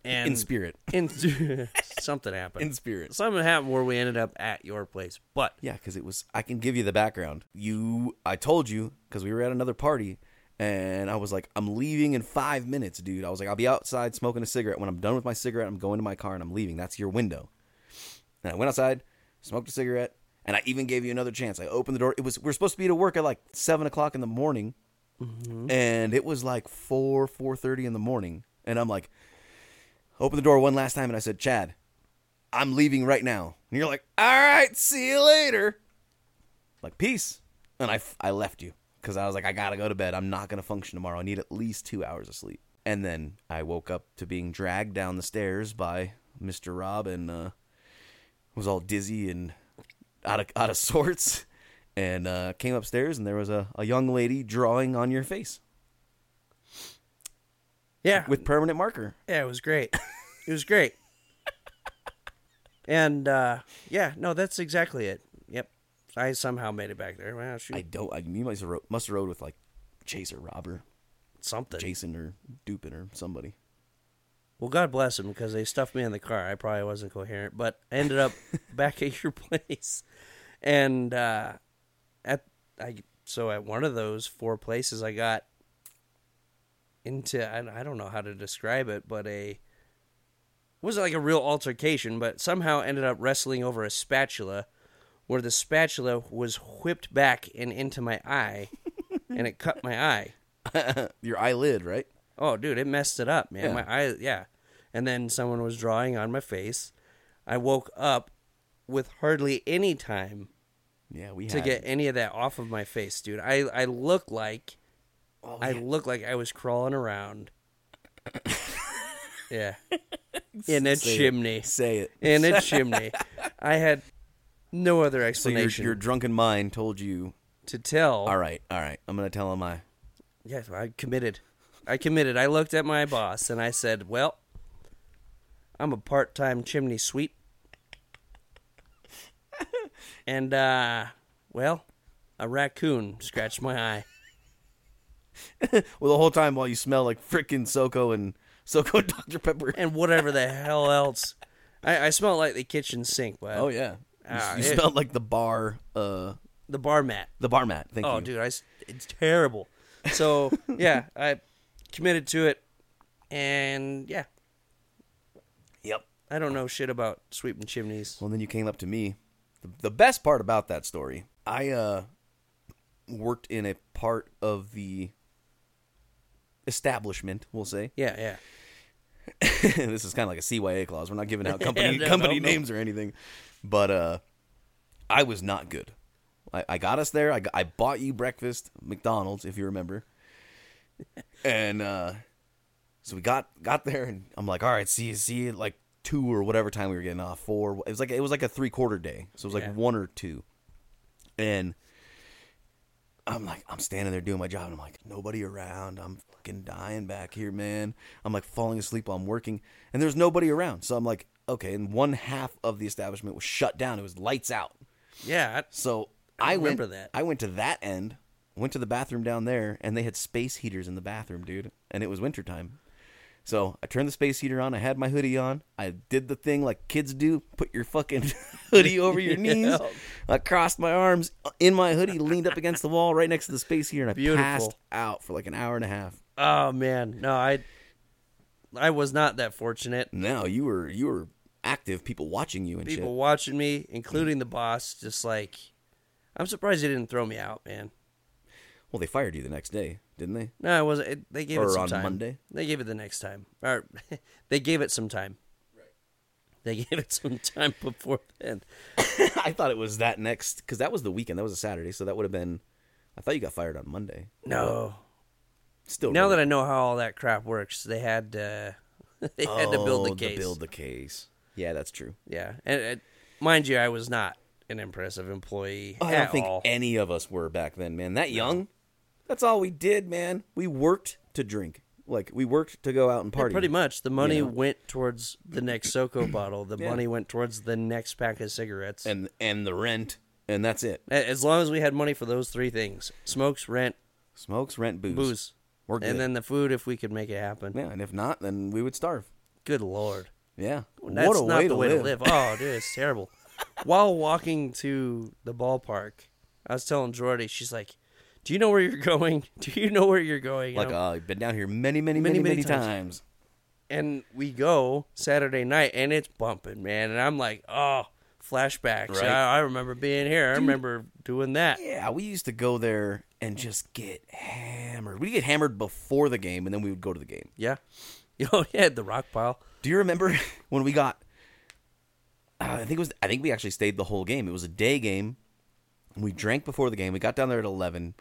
Speaker 4: And
Speaker 6: in spirit,
Speaker 4: in- <laughs> something happened.
Speaker 6: in spirit.
Speaker 4: Something happened where we ended up at your place, but
Speaker 6: Yeah, because it was. I can give you the background. You, I told you because we were at another party, and I was like, I'm leaving in five minutes, dude. I was like, I'll be outside smoking a cigarette. When I'm done with my cigarette, I'm going to my car and I'm leaving. That's your window. And I went outside, smoked a cigarette, and I even gave you another chance. I opened the door. It was we are supposed to be to work at like seven o'clock in the morning, and it was like four four thirty in the morning. And I'm like, open the door one last time, and I said, Chad, I'm leaving right now. And you're like, all right, see you later. Like, peace. And I, f- I left you because I was like, I got to go to bed. I'm not going to function tomorrow. I need at least two hours of sleep. And then I woke up to being dragged down the stairs by Mr. Rob and uh, was all dizzy and out of, out of <laughs> sorts. And uh, came upstairs, and there was a, a young lady drawing on your face
Speaker 4: yeah,
Speaker 6: with permanent marker.
Speaker 4: Yeah, it was great. It was great. and uh yeah, no, that's exactly it. Yep. I somehow made it back there. Well, shoot,
Speaker 6: I don't, I, you must have, rode, must have rode with like Chaser Robber,
Speaker 4: something.
Speaker 6: Jason or Dupin or somebody.
Speaker 4: Well, God bless them because they stuffed me in the car. I probably wasn't coherent, but I ended up back at your place. And uh at I so at one of those four places I got into I, I don't know how to describe it, but a it wasn't like a real altercation, but somehow ended up wrestling over a spatula where the spatula was whipped back and into my eye and it cut my eye.
Speaker 6: your eyelid, right?
Speaker 4: Oh, dude, it messed it up, man.
Speaker 6: Yeah.
Speaker 4: My eye, yeah. And then someone was drawing on my face. I woke up with hardly any time
Speaker 6: Yeah, we
Speaker 4: to get any of that off of my face, dude. I I look like
Speaker 6: Oh,
Speaker 4: I look like I was
Speaker 6: <laughs>
Speaker 4: crawling around. yeah. In a chimney.
Speaker 6: say it.
Speaker 4: In a
Speaker 6: <laughs>
Speaker 4: chimney. I had no
Speaker 6: So
Speaker 4: other
Speaker 6: your,
Speaker 4: explanation
Speaker 6: your drunken mind told you,
Speaker 4: to tell.
Speaker 6: all right, all right, I'm gonna tell him I.
Speaker 4: Yes, I committed. I committed. I looked at my boss and I said, "Well, I'm a part-time chimney sweep." And uh, well, a raccoon scratched my eye.
Speaker 6: Well, the whole time while you smell like frickin' Soko and <laughs> Soko and Dr Pepper.
Speaker 4: And whatever the hell else. I, I smelled like the kitchen sink,
Speaker 6: <laughs>
Speaker 4: but
Speaker 6: Oh yeah, you,
Speaker 4: Ah,
Speaker 6: you
Speaker 4: it-
Speaker 6: smelled like the bar, uh,
Speaker 4: the bar mat.
Speaker 6: the bar mat. Thank
Speaker 4: Oh,
Speaker 6: you.
Speaker 4: dude, I s it's terrible.
Speaker 6: <laughs>
Speaker 4: So yeah, I committed to it, and yeah,
Speaker 6: Yep.
Speaker 4: I don't know shit about sweeping chimneys.
Speaker 6: Well, then you came up to me. The, the best part about that story, I uh, worked in a part of the establishment. We'll say
Speaker 4: Yeah, yeah.
Speaker 6: <laughs> this is kind of like a CYA clause. We're not giving
Speaker 4: <laughs>
Speaker 6: out company
Speaker 4: Yeah, no,
Speaker 6: company
Speaker 4: no, no.
Speaker 6: names or anything. But uh, I was not good. I, I got us there. I, got- I bought you breakfast, McDonald's, if you remember. And uh, so we got got there, and I'm like, all right, see you, see you, at, like two or whatever time we were getting off. Four. It was like it was like a three quarter day, so it was like
Speaker 4: Yeah.
Speaker 6: one or two. And I'm like, I'm standing there doing my job, and I'm like, nobody around. I'm fucking dying back here, man. I'm like falling asleep while I'm working, and there's nobody around. So I'm like, okay. And one half of the establishment was shut down. It was lights out.
Speaker 4: Yeah, I-
Speaker 6: So
Speaker 4: I
Speaker 6: I,
Speaker 4: remember
Speaker 6: went,
Speaker 4: that.
Speaker 6: I went to that end, went to the bathroom down there, and they had space heaters in the bathroom, dude. And it was wintertime. So I turned the space heater on. I had my hoodie on. I did the thing like kids do: put your fucking <laughs> hoodie over
Speaker 4: <laughs>
Speaker 6: your knees. I crossed my arms in my hoodie, leaned up against the wall right next to the space heater, and I
Speaker 4: Beautiful.
Speaker 6: passed out for like an hour and a half.
Speaker 4: Oh man, no, I I was not that fortunate.
Speaker 6: No, you were you were active. People watching you and
Speaker 4: People
Speaker 6: Mm, shit.
Speaker 4: watching me, including the boss, just like I'm surprised they didn't throw me out, man.
Speaker 6: Well, they fired you the next day, didn't they?
Speaker 4: No, it wasn't. It, they gave
Speaker 6: Or
Speaker 4: it some
Speaker 6: on
Speaker 4: time.
Speaker 6: Monday?
Speaker 4: They gave it the next time. Or <laughs> they gave it some time. They <laughs> gave it some time before then.
Speaker 6: <laughs> I thought it was that next because that was the weekend. That was a Saturday, so that would have been. I thought you got fired on Monday.
Speaker 4: No.
Speaker 6: Still,
Speaker 4: Now that I know how all that crap works, they had uh, <laughs> they had to build the case.
Speaker 6: Oh, build the case. Yeah, that's true.
Speaker 4: Yeah, and, and mind you, I was not an impressive employee
Speaker 6: I
Speaker 4: at
Speaker 6: don't think
Speaker 4: all.
Speaker 6: any of us were back then, man. That young, that's all we did, man. We worked to drink, like we worked to go out and party.
Speaker 4: Pretty much, the money
Speaker 6: know?
Speaker 4: went towards the next
Speaker 6: <clears throat>
Speaker 4: Soco bottle. The
Speaker 6: Yeah.
Speaker 4: money went towards the next pack of cigarettes.
Speaker 6: and and the rent, and that's it.
Speaker 4: A- as long as we had money for those three things: smokes, rent,
Speaker 6: Smokes, rent, booze.
Speaker 4: booze,
Speaker 6: We're good.
Speaker 4: and then the food if we could make it happen.
Speaker 6: yeah, and if not, then we would starve.
Speaker 4: Good lord,
Speaker 6: Yeah,
Speaker 4: that's not the way to live. Oh, dude, it's
Speaker 6: <laughs>
Speaker 4: terrible. While walking to the ballpark, I was telling Jordy, she's like, "Do you know where you're <laughs> going? Do you know where you're going?" And
Speaker 6: Like
Speaker 4: I'm-
Speaker 6: uh, I've been down here many, many, many, many,
Speaker 4: many
Speaker 6: times.
Speaker 4: times. and we go Saturday night, and it's bumping, man. And I'm like, oh, flashbacks.
Speaker 6: Right.
Speaker 4: I, I remember being here. I remember doing that.
Speaker 6: Yeah, we used to go there and just get hammered. We get hammered before the game, and then we would go to the game.
Speaker 4: Yeah. <laughs> Yo, yeah, the rock pile.
Speaker 6: Do you remember <laughs> when we got? uh, I think it was. I think we actually stayed the whole game. It was a day game. and We drank before the game. We got down there at eleven.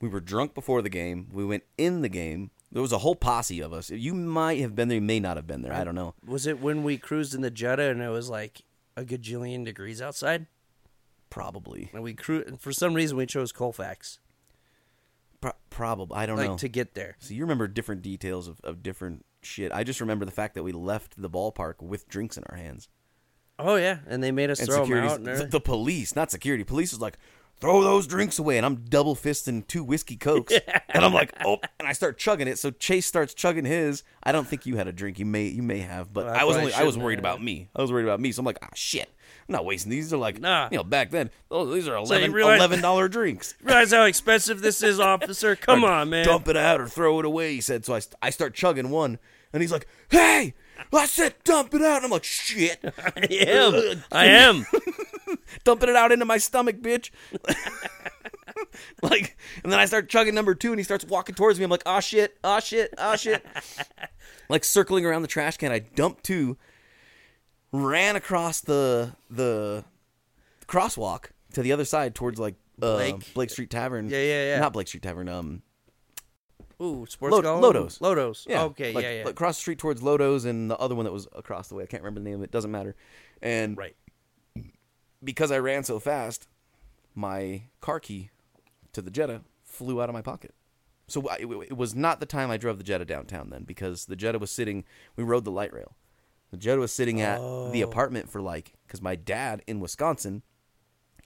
Speaker 6: We were drunk before the game. We went in the game. There was a whole posse of us. You might have been there. You may not have been there. I don't know.
Speaker 4: Was it when we cruised in the Jetta and it was like a gajillion degrees outside?
Speaker 6: Probably.
Speaker 4: And we cru- and for some reason we chose Colfax
Speaker 6: Pro- probably. I don't
Speaker 4: like
Speaker 6: know.
Speaker 4: to get there.
Speaker 6: so you remember different details of, of different shit. I just remember the fact that we left the ballpark with drinks in our hands.
Speaker 4: Oh yeah, and they made us
Speaker 6: and
Speaker 4: throw 'em
Speaker 6: security's- <laughs>
Speaker 4: out. And
Speaker 6: th-
Speaker 4: everything.
Speaker 6: the police, not security. Police is like, throw those drinks away, and I'm double fisting two whiskey
Speaker 4: <laughs>
Speaker 6: cokes, and I'm like, oh, and I start chugging it. So Chase starts chugging his. I don't think you had a drink. You may, you may have, but
Speaker 4: Well, I
Speaker 6: I was
Speaker 4: probably
Speaker 6: only, I was
Speaker 4: shouldn't
Speaker 6: worried
Speaker 4: have.
Speaker 6: about me. I was worried about me. So I'm like, ah, shit, I'm not wasting these. They're like,
Speaker 4: Nah.
Speaker 6: you know, back then, oh, these are 11
Speaker 4: realize-
Speaker 6: dollar drinks.
Speaker 4: Realize how expensive this
Speaker 6: <laughs>
Speaker 4: is, officer. <laughs> Come
Speaker 6: Like,
Speaker 4: on, man.
Speaker 6: Dump it out or throw it away, he said. So I, st- I start chugging one, and he's like, hey, I said dump it out. And I'm like, shit,
Speaker 4: <laughs> I am. I
Speaker 6: <laughs>
Speaker 4: am.
Speaker 6: dumping it out into my stomach, bitch. <laughs> like, and then I start chugging number two, and he starts walking towards me. I'm like, ah shit, ah shit, ah
Speaker 4: <laughs>
Speaker 6: shit. like circling around the trash can, I dumped two, ran across the the crosswalk to the other side towards like uh, Blake.
Speaker 4: Blake.
Speaker 6: Street Tavern.
Speaker 4: Yeah, yeah, yeah.
Speaker 6: Not Blake Street Tavern. Um,
Speaker 4: Ooh, sports
Speaker 6: Lo-
Speaker 4: column?
Speaker 6: Lodos.
Speaker 4: Lodos.
Speaker 6: yeah,
Speaker 4: Okay,
Speaker 6: like,
Speaker 4: yeah, yeah.
Speaker 6: like across the street towards Lodos, and the other one that was across the way. I can't remember the name. of It doesn't matter. And
Speaker 4: right.
Speaker 6: because I ran so fast, my car key to the Jetta flew out of my pocket. So I, it, it was not the time I drove the Jetta downtown then, because the Jetta was sitting. We rode the light rail. The Jetta was sitting at the apartment for like, because my dad in Wisconsin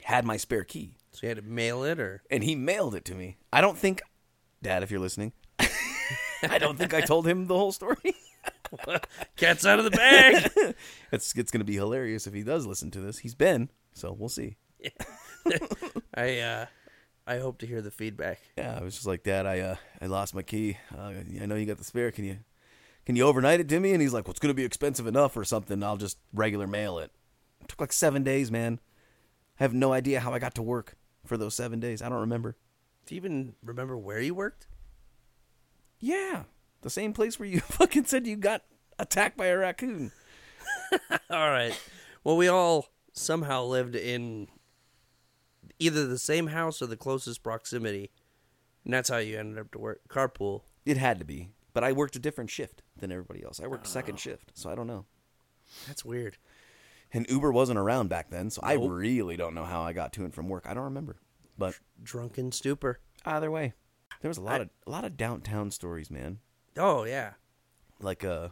Speaker 6: had my spare key
Speaker 4: So you had to mail it or
Speaker 6: and he mailed it to me. I don't think, Dad, if you're listening, <laughs> I don't think I told him the whole story. <laughs>
Speaker 4: <laughs> Cat's out of the <laughs> bag.
Speaker 6: it's it's gonna be hilarious if he does listen to this. He's been, so we'll see.
Speaker 4: I uh I hope to hear the feedback.
Speaker 6: Yeah, I was just like, Dad, I uh, I lost my key. Uh, I know you got the spare. Can you can you overnight it to me? And he's like, Well, it's gonna be expensive enough or something. I'll just regular mail it. it took like seven days, man. I have no idea how I got to work for those seven days. I don't remember.
Speaker 4: Do you even remember where you worked?
Speaker 6: Yeah, the same place where you <laughs> fucking said you got attacked by a raccoon.
Speaker 4: <laughs> All right. Well, we all somehow lived in either the same house or the closest proximity. And that's how you ended up to work carpool.
Speaker 6: It had to be, but I worked a different shift than everybody else. I worked second shift, so I don't know.
Speaker 4: That's weird.
Speaker 6: And Uber wasn't around back then, so I really don't know how I got to and from work. I don't remember, but.
Speaker 4: Drunken stupor.
Speaker 6: either way there was a lot of a lot of downtown stories man
Speaker 4: Oh, yeah.
Speaker 6: like uh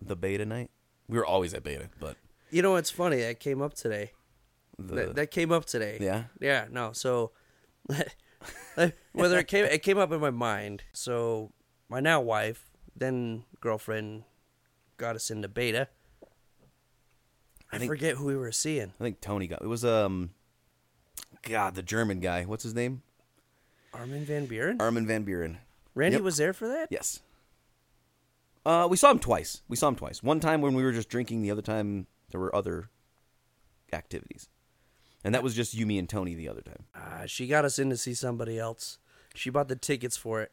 Speaker 6: the beta night we were always at beta but
Speaker 4: You know what's funny? That came up today.
Speaker 6: the,
Speaker 4: that, that came up today.
Speaker 6: Yeah?
Speaker 4: Yeah. No. So <laughs> whether it came it came up in my mind. So my now wife, then girlfriend, got us into beta. I,
Speaker 6: think-
Speaker 4: forget who we were seeing.
Speaker 6: i think tony got it was um god the german guy what's his name
Speaker 4: Armin van Buren.
Speaker 6: armin van buren
Speaker 4: Randy
Speaker 6: Yep.
Speaker 4: was there for that?
Speaker 6: Yes. Uh, we saw him twice. We saw him twice. One time when we were just drinking. The other time there were other activities, and that was just you, me, and Tony. The other time.
Speaker 4: Uh, she got us in to see somebody else. She bought the tickets for it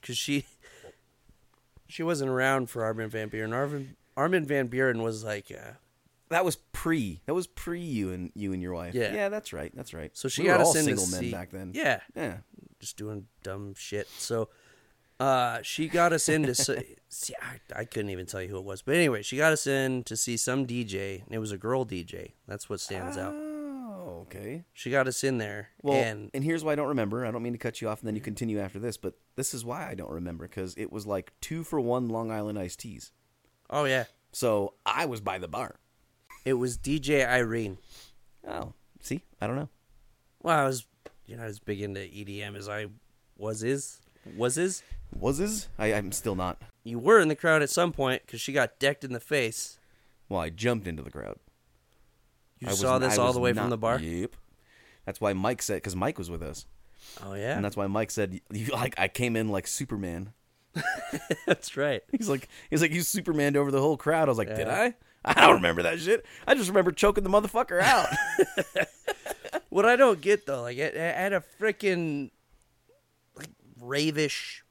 Speaker 4: because she <laughs> she wasn't around for Armin van Buren. Armin Armin van Buren was like, uh,
Speaker 6: That was pre. That was pre you and you and your wife.
Speaker 4: Yeah.
Speaker 6: Yeah, that's right. That's right.
Speaker 4: so she
Speaker 6: we
Speaker 4: got
Speaker 6: were
Speaker 4: us
Speaker 6: all
Speaker 4: in
Speaker 6: single
Speaker 4: to
Speaker 6: men
Speaker 4: see-
Speaker 6: back then.
Speaker 4: Yeah,
Speaker 6: Yeah.
Speaker 4: just doing dumb shit. So uh, she got us in
Speaker 6: <laughs>
Speaker 4: to see, see I, I couldn't even tell you who it was. But anyway, she got us in to see some DJ, and it was a girl DJ. That's what stands out.
Speaker 6: Oh, okay.
Speaker 4: She got us in there,
Speaker 6: Well, and,
Speaker 4: and
Speaker 6: here's why I don't remember. I don't mean to cut you off, and then you continue after this, but this is why I don't remember because it was like two for one Long Island iced teas.
Speaker 4: oh yeah,
Speaker 6: So I was by the bar.
Speaker 4: it was DJ Irene.
Speaker 6: Oh, see, I don't know.
Speaker 4: Well, I was, you know, I was big into EDM as I was is was is.
Speaker 6: Was is I, I'm still not.
Speaker 4: You were in the crowd at some point because she got decked in the face.
Speaker 6: Well, I jumped into the crowd.
Speaker 4: You
Speaker 6: I was-
Speaker 4: saw this
Speaker 6: I
Speaker 4: all
Speaker 6: was
Speaker 4: the way
Speaker 6: not-
Speaker 4: from the bar.
Speaker 6: Yep. That's why Mike said because Mike was with us,
Speaker 4: Oh yeah,
Speaker 6: and that's why Mike said you <laughs> like I came in like Superman.
Speaker 4: <laughs> that's right.
Speaker 6: He's like he's like you Supermaned over the whole crowd. I was like, did
Speaker 4: Yeah.
Speaker 6: I? I don't remember that shit. I just remember choking the
Speaker 4: <laughs>
Speaker 6: motherfucker out.
Speaker 4: What I don't get though, like it, it had a freaking like ravish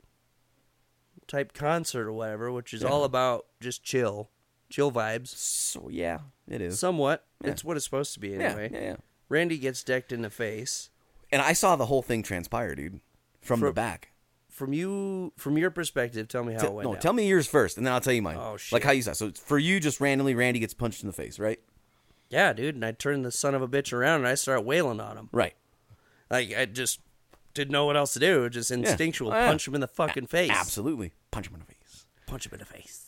Speaker 4: type concert or whatever, which is all about just chill, chill vibes.
Speaker 6: so yeah, it is.
Speaker 4: Somewhat, it's what it's supposed to be
Speaker 6: yeah,
Speaker 4: anyway.
Speaker 6: yeah, yeah.
Speaker 4: Randy gets decked in the face.
Speaker 6: And I saw the whole thing transpire, dude, from the
Speaker 4: From-
Speaker 6: back.
Speaker 4: From you, from your perspective, tell me how
Speaker 6: T-
Speaker 4: it went.
Speaker 6: no,
Speaker 4: down.
Speaker 6: tell me yours first, and then I'll tell you mine.
Speaker 4: Oh,
Speaker 6: Like
Speaker 4: shit.
Speaker 6: how you saw. So for you, just randomly, Randy gets punched in the face, right?
Speaker 4: Yeah, dude. And I turned the son of a bitch around and I start wailing on him.
Speaker 6: Right.
Speaker 4: Like I just didn't know what else to do. Just instinctual.
Speaker 6: Oh, yeah.
Speaker 4: Punch him in the fucking face.
Speaker 6: Absolutely, punch him in the face.
Speaker 4: Punch him in the face.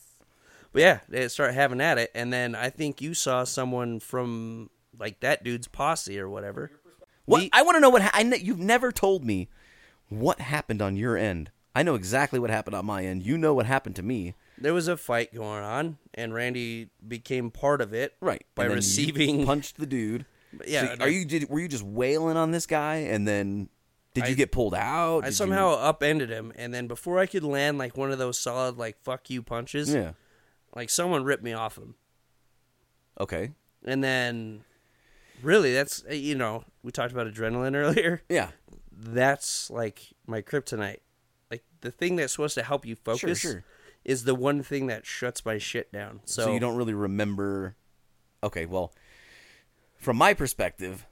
Speaker 4: But yeah, they start having at it, and then I think you saw someone from like that dude's posse or whatever.
Speaker 6: What I want to know what ha- I kn- you've never told me what happened on your end. I know exactly what happened on my end. You know what happened to me.
Speaker 4: There was a fight going on, and Randy became part of it. By
Speaker 6: And then you
Speaker 4: receiving
Speaker 6: punched the dude.
Speaker 4: Yeah,
Speaker 6: So
Speaker 4: and I-
Speaker 6: are you did were you just wailing on this guy and then did you get pulled out?
Speaker 4: <laughs> I
Speaker 6: Did you-
Speaker 4: somehow upended him, and then before I could land like one of those solid like fuck you punches,
Speaker 6: Yeah.
Speaker 4: like someone ripped me off him.
Speaker 6: Okay.
Speaker 4: And then, really, that's, uh, you know, we talked about adrenaline <laughs> earlier.
Speaker 6: Yeah.
Speaker 4: That's like my kryptonite. Like the thing that's supposed to help you focus
Speaker 6: sure.
Speaker 4: is the one thing that shuts my shit down. So,
Speaker 6: So, you don't really remember. Okay, well, from my perspective,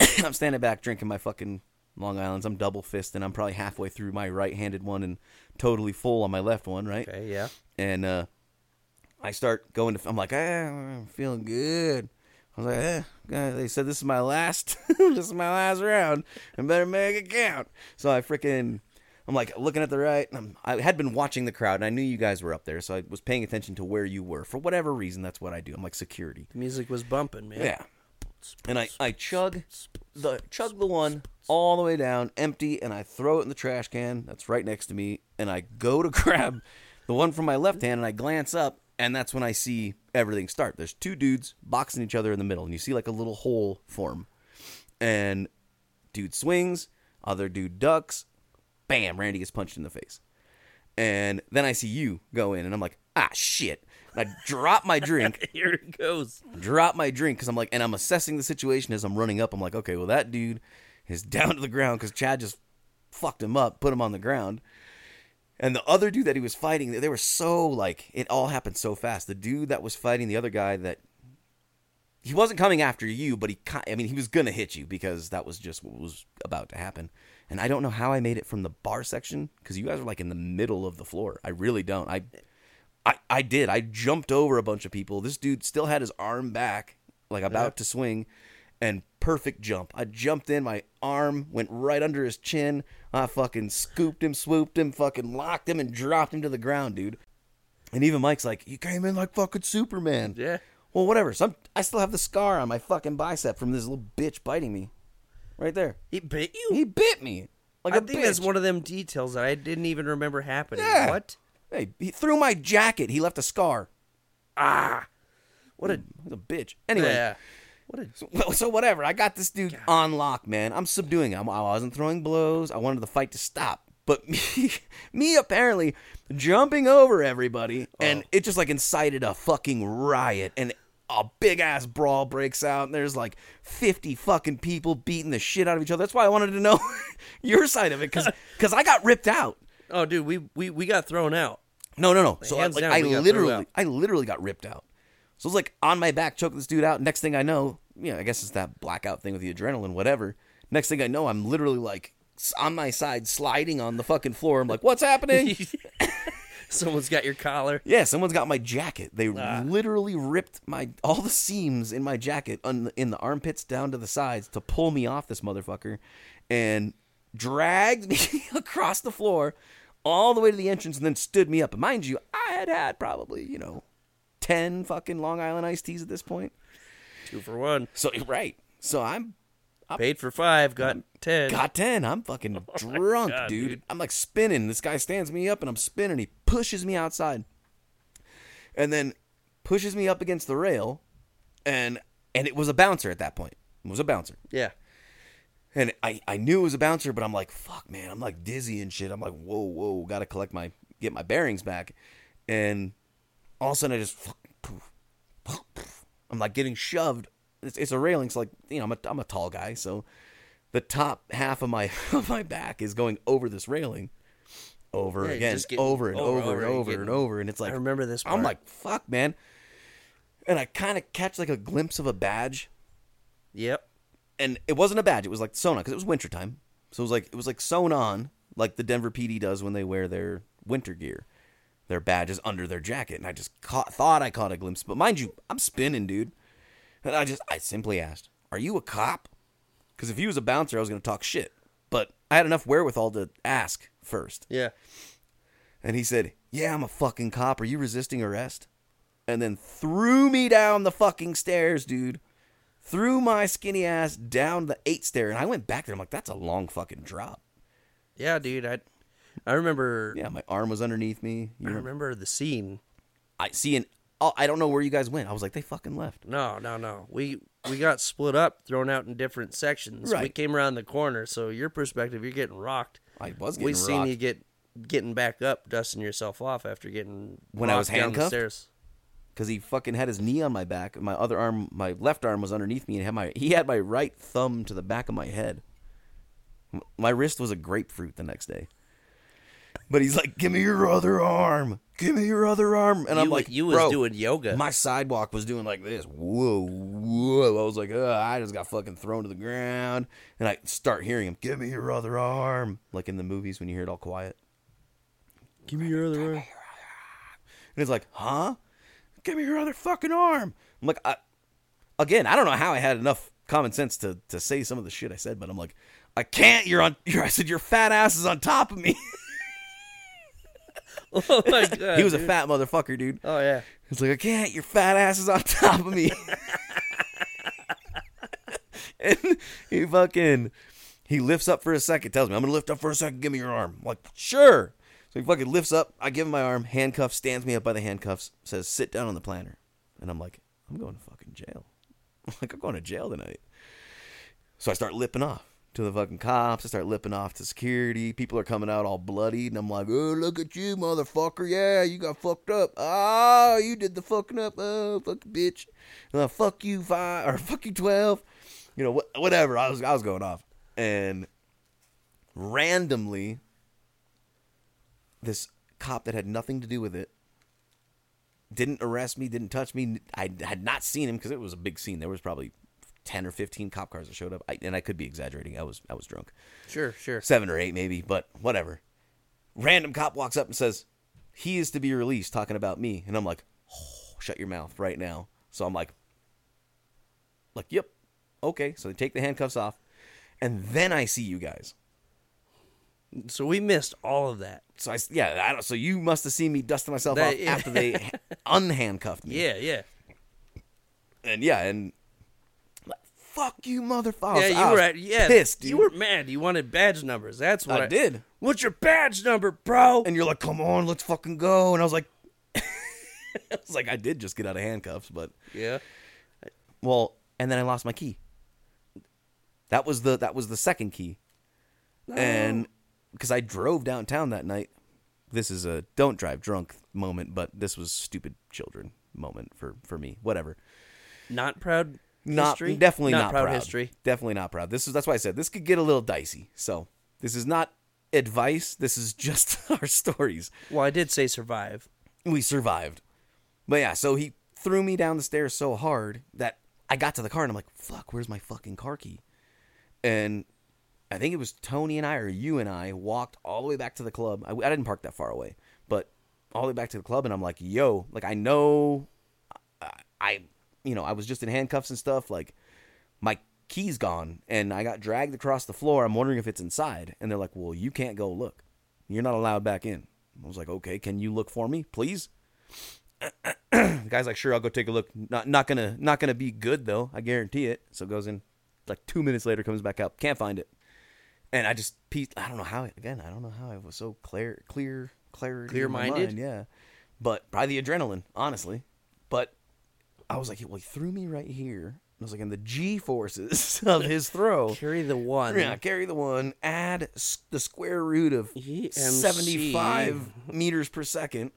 Speaker 6: <coughs> I'm standing back drinking my fucking Long Island's. I'm double fist, and I'm probably halfway through my right-handed one and totally full on my left one, right?
Speaker 4: Okay, yeah.
Speaker 6: And uh, I start going to. I'm like, ah, I'm feeling good. I was like, eh, God, they said this is my last, <laughs> this is my last round. I better make it count. So I freaking, I'm like looking at the right. And I'm, I had been watching the crowd, and I knew you guys were up there, so I was paying attention to where you were. For whatever reason, that's what I do. I'm like security.
Speaker 4: The music was bumping, man.
Speaker 6: Yeah. And I, I chug the chug the one all the way down, empty, and I throw it in the trash can that's right next to me, and I go to <laughs> grab the one from my left hand and I glance up, and that's when I see everything start. There's two dudes boxing each other in the middle, and you see like a little hole form. And dude swings, other dude ducks, bam, Randy gets punched in the face. And then I see you go in, and I'm like, ah shit. And I drop my drink
Speaker 4: <laughs> Here it goes.
Speaker 6: drop my drink because I'm like, and I'm assessing the situation as I'm running up. I'm like, okay, well, that dude is <laughs> down to the ground because Chad just fucked him up, put him on the ground. And the other dude that he was fighting, they were so like, it all happened so fast. The dude that was fighting the other guy that he wasn't coming after you, but he, ki- I mean, he was gonna hit you because that was just what was about to happen. And I don't know how I made it from the bar section because you guys were like in the middle of the floor. I really don't. I, I, I did. I jumped over a bunch of people. This dude still had his arm back, like about to swing, and perfect jump. I jumped in. My arm went right under his chin. I fucking scooped him, swooped him, fucking locked him, and dropped him to the ground, dude. And even Mike's like, "You came in like fucking Superman."
Speaker 4: Yeah.
Speaker 6: Well, whatever. Some I still have the scar on my fucking bicep from this little bitch biting me, right there.
Speaker 4: He bit you?
Speaker 6: He bit me like
Speaker 4: I
Speaker 6: a
Speaker 4: think
Speaker 6: bitch.
Speaker 4: that's one of them details that I didn't even remember happening.
Speaker 6: Yeah.
Speaker 4: What?
Speaker 6: Hey, he threw my jacket. He left a scar.
Speaker 4: Ah. What a.
Speaker 6: He's a bitch. Anyway.
Speaker 4: Yeah. What a.
Speaker 6: Well, so whatever. I got this dude on lock, man. I'm subduing him. I wasn't throwing blows. I wanted the fight to stop. But <laughs> me, me apparently jumping over everybody, and it just like incited a fucking riot, and a big ass brawl breaks out, and there's like fifty fucking people beating the shit out of each other. That's why I wanted to know <laughs> your side of it, because I got ripped out.
Speaker 4: Oh, dude, we we, we got thrown out. <laughs>
Speaker 6: No, no, no. So I,
Speaker 4: hands
Speaker 6: like,
Speaker 4: down,
Speaker 6: I
Speaker 4: we got thrown
Speaker 6: literally,
Speaker 4: out.
Speaker 6: I literally got ripped out. So I was like on my back choking this dude out. Next thing I know, yeah, I guess it's that blackout thing with the adrenaline, whatever. Next thing I know, I'm literally like s- on my side, sliding on the fucking floor. I'm like, what's
Speaker 4: <laughs>
Speaker 6: happening?
Speaker 4: Someone's got your collar.
Speaker 6: yeah, someone's got my jacket. They literally ripped my all the seams in my jacket on, in the armpits down to the sides to pull me off this motherfucker, and dragged <laughs> me across the floor all the way to the entrance, and then stood me up. And mind you, I had had probably you know 10 fucking Long Island iced teas at this point.
Speaker 4: Two for one.
Speaker 6: So, right. So I'm
Speaker 4: Paid for five, got ten.
Speaker 6: got 10. I'm fucking drunk, dude. I'm like spinning. This guy stands me up and I'm spinning. He pushes me outside and then pushes me up against the rail. And, and it was a bouncer at that point. It was a bouncer.
Speaker 4: Yeah.
Speaker 6: And I, I knew it was a bouncer, but I'm like, fuck, man. I'm like dizzy and shit. I'm like, whoa, whoa, gotta collect my, get my bearings back. And all of a sudden I just, poof, poof, poof. I'm like getting shoved. It's, it's a railing. So like, you know, I'm a, I'm a tall guy. So the top half of my, <laughs> of my back is going over this railing over
Speaker 4: you're
Speaker 6: again,
Speaker 4: just getting
Speaker 6: over and over,
Speaker 4: over,
Speaker 6: and
Speaker 4: over,
Speaker 6: over
Speaker 4: getting-
Speaker 6: and over. And it's like,
Speaker 4: I remember this
Speaker 6: I'm
Speaker 4: part.
Speaker 6: like, fuck, man. And I kind of catch like a glimpse of a badge
Speaker 4: Yep.
Speaker 6: and it wasn't a badge. It was like sewn on because it was wintertime. So it was like it was like sewn on, like the Denver PD does when they wear their winter gear. Their badge is under their jacket, and I just caught, thought I caught a glimpse. But mind you, I'm spinning, dude. And I just I simply asked, "Are you a cop?" Because if he was a bouncer, I was gonna talk shit. But I had enough wherewithal to ask first.
Speaker 4: Yeah.
Speaker 6: And he said, Yeah, I'm a fucking cop. Are you resisting arrest? And then threw me down the fucking stairs, dude. Threw my skinny ass down the eight stair. And I went back there. I'm like, That's a long fucking drop.
Speaker 4: Yeah, dude. I I remember
Speaker 6: Yeah, my arm was underneath me. You
Speaker 4: I
Speaker 6: remember?
Speaker 4: remember the scene.
Speaker 6: I see, and oh, I don't know where you guys went. I was like, They fucking left.
Speaker 4: No, no, no. We we got split up, thrown out in different sections. We
Speaker 6: Right.
Speaker 4: came around the corner, so your perspective, you're getting rocked.
Speaker 6: I was
Speaker 4: we
Speaker 6: getting
Speaker 4: seen
Speaker 6: rocked.
Speaker 4: you get getting back up, dusting yourself off after getting
Speaker 6: When I
Speaker 4: rocked
Speaker 6: was
Speaker 4: down the
Speaker 6: handcuffed?
Speaker 4: stairs.
Speaker 6: Because he fucking had his knee on my back. and My other arm, my left arm was underneath me, and had my, he had my right thumb to the back of my head. M- My wrist was a grapefruit the next day. But he's like, "Give me your other arm. Give me your other arm." And I'm
Speaker 4: You-
Speaker 6: like,
Speaker 4: you was
Speaker 6: "Bro,
Speaker 4: doing yoga."
Speaker 6: My sidewalk was doing like this. Whoa, whoa. I was like, Ugh, I just got fucking thrown to the ground. And I start hearing him, "Give me your other arm," like in the movies when you hear it all quiet.
Speaker 4: Give me your other arm.
Speaker 6: And he's like, huh? Give me your other fucking arm. I'm like, I, again, I don't know how I had enough common sense to, to say some of the shit I said, but I'm like, I can't. You're on. You're, I said, your fat ass is on top of me.
Speaker 4: <laughs>
Speaker 6: <laughs>
Speaker 4: Oh my god.
Speaker 6: he was a fat motherfucker, dude.
Speaker 4: Oh yeah.
Speaker 6: He's like, I can't. Your fat ass is on <laughs> top of me. and he fucking he lifts up for a second, tells me, I'm gonna lift up for a second, give me your arm. I'm like, sure. So he fucking lifts up, I give him my arm, handcuffs, stands me up by the handcuffs, says, sit down on the planter. And I'm like, I'm going to fucking jail. <laughs> I'm like, I'm going to jail tonight. So I start lipping off to the fucking cops. I start lipping off to security. People are coming out all bloody, and I'm like, "Oh, look at you, motherfucker! Yeah, you got fucked up. Oh, you did the fucking up. Oh, fucking bitch. Uh, fuck you five or <laughs> fuck you twelve. You know what? Whatever. I was I was going off, and randomly, this cop that had nothing to do with it didn't arrest me, didn't touch me. I had not seen him because it was a big scene. There was probably ten or fifteen cop cars that showed up, I, and I could be exaggerating. I was I was drunk,
Speaker 4: Sure, sure.
Speaker 6: seven or eight maybe, but whatever. Random cop walks up and says, "He is to be released," talking about me, and I'm like, oh, "Shut your mouth right now." So I'm like, "Like, yep, okay." So they take the handcuffs off, and then I see you guys.
Speaker 4: So we missed all of that.
Speaker 6: So I s- yeah, I don't, so you must have seen me dusting myself
Speaker 4: That-
Speaker 6: off after they
Speaker 4: <laughs>
Speaker 6: unhandcuffed me.
Speaker 4: Yeah, yeah.
Speaker 6: and yeah, and like, fuck you, motherfucker.
Speaker 4: Yeah, you were at yeah.
Speaker 6: pissed, dude.
Speaker 4: You were mad. You wanted badge numbers. That's what
Speaker 6: I did.
Speaker 4: What's your badge number, bro?
Speaker 6: and you're like, come on, let's fucking go. And I was like, <laughs> I was like, I did just get out of handcuffs, but
Speaker 4: yeah.
Speaker 6: well, and then I lost my key. That was the that was the second key, and because I drove downtown that night. This is a don't drive drunk moment, but this was stupid children moment for for me. Whatever.
Speaker 4: Not proud.
Speaker 6: Not
Speaker 4: history?
Speaker 6: definitely not,
Speaker 4: proud, history.
Speaker 6: Definitely not proud. This is that's why I said this could get a little dicey. So this is not advice. This is just <laughs> our stories.
Speaker 4: Well, I did say survive.
Speaker 6: we survived. But yeah, so he threw me down the stairs so hard that I got to the car and I'm like, fuck, where's my fucking car key? And I think it was Tony and I or you and I walked all the way back to the club. I, I didn't park that far away, but all the way back to the club and I'm like, yo, like I know I, I you know, I was just in handcuffs and stuff. Like my key's gone and I got dragged across the floor. I'm wondering if it's inside. And they're like, well, you can't go look. You're not allowed back in. I was like, okay, can you look for me, please? the guy's like, sure, I'll go take a look. Not not gonna not gonna be good though. I guarantee it. So goes in, like two minutes later, comes back out, can't find it. And I just peeked. I don't know how. Again, I don't know how I was so clear, clear, clear,
Speaker 4: Clear-minded?
Speaker 6: Yeah, but by the adrenaline, honestly. But I was like, well, he threw me right here. I was like, and the G forces <laughs> of his throw.
Speaker 4: <laughs> Carry the one.
Speaker 6: Yeah, carry the one. Add s- the square root of
Speaker 4: EMC.
Speaker 6: 75 meters per second.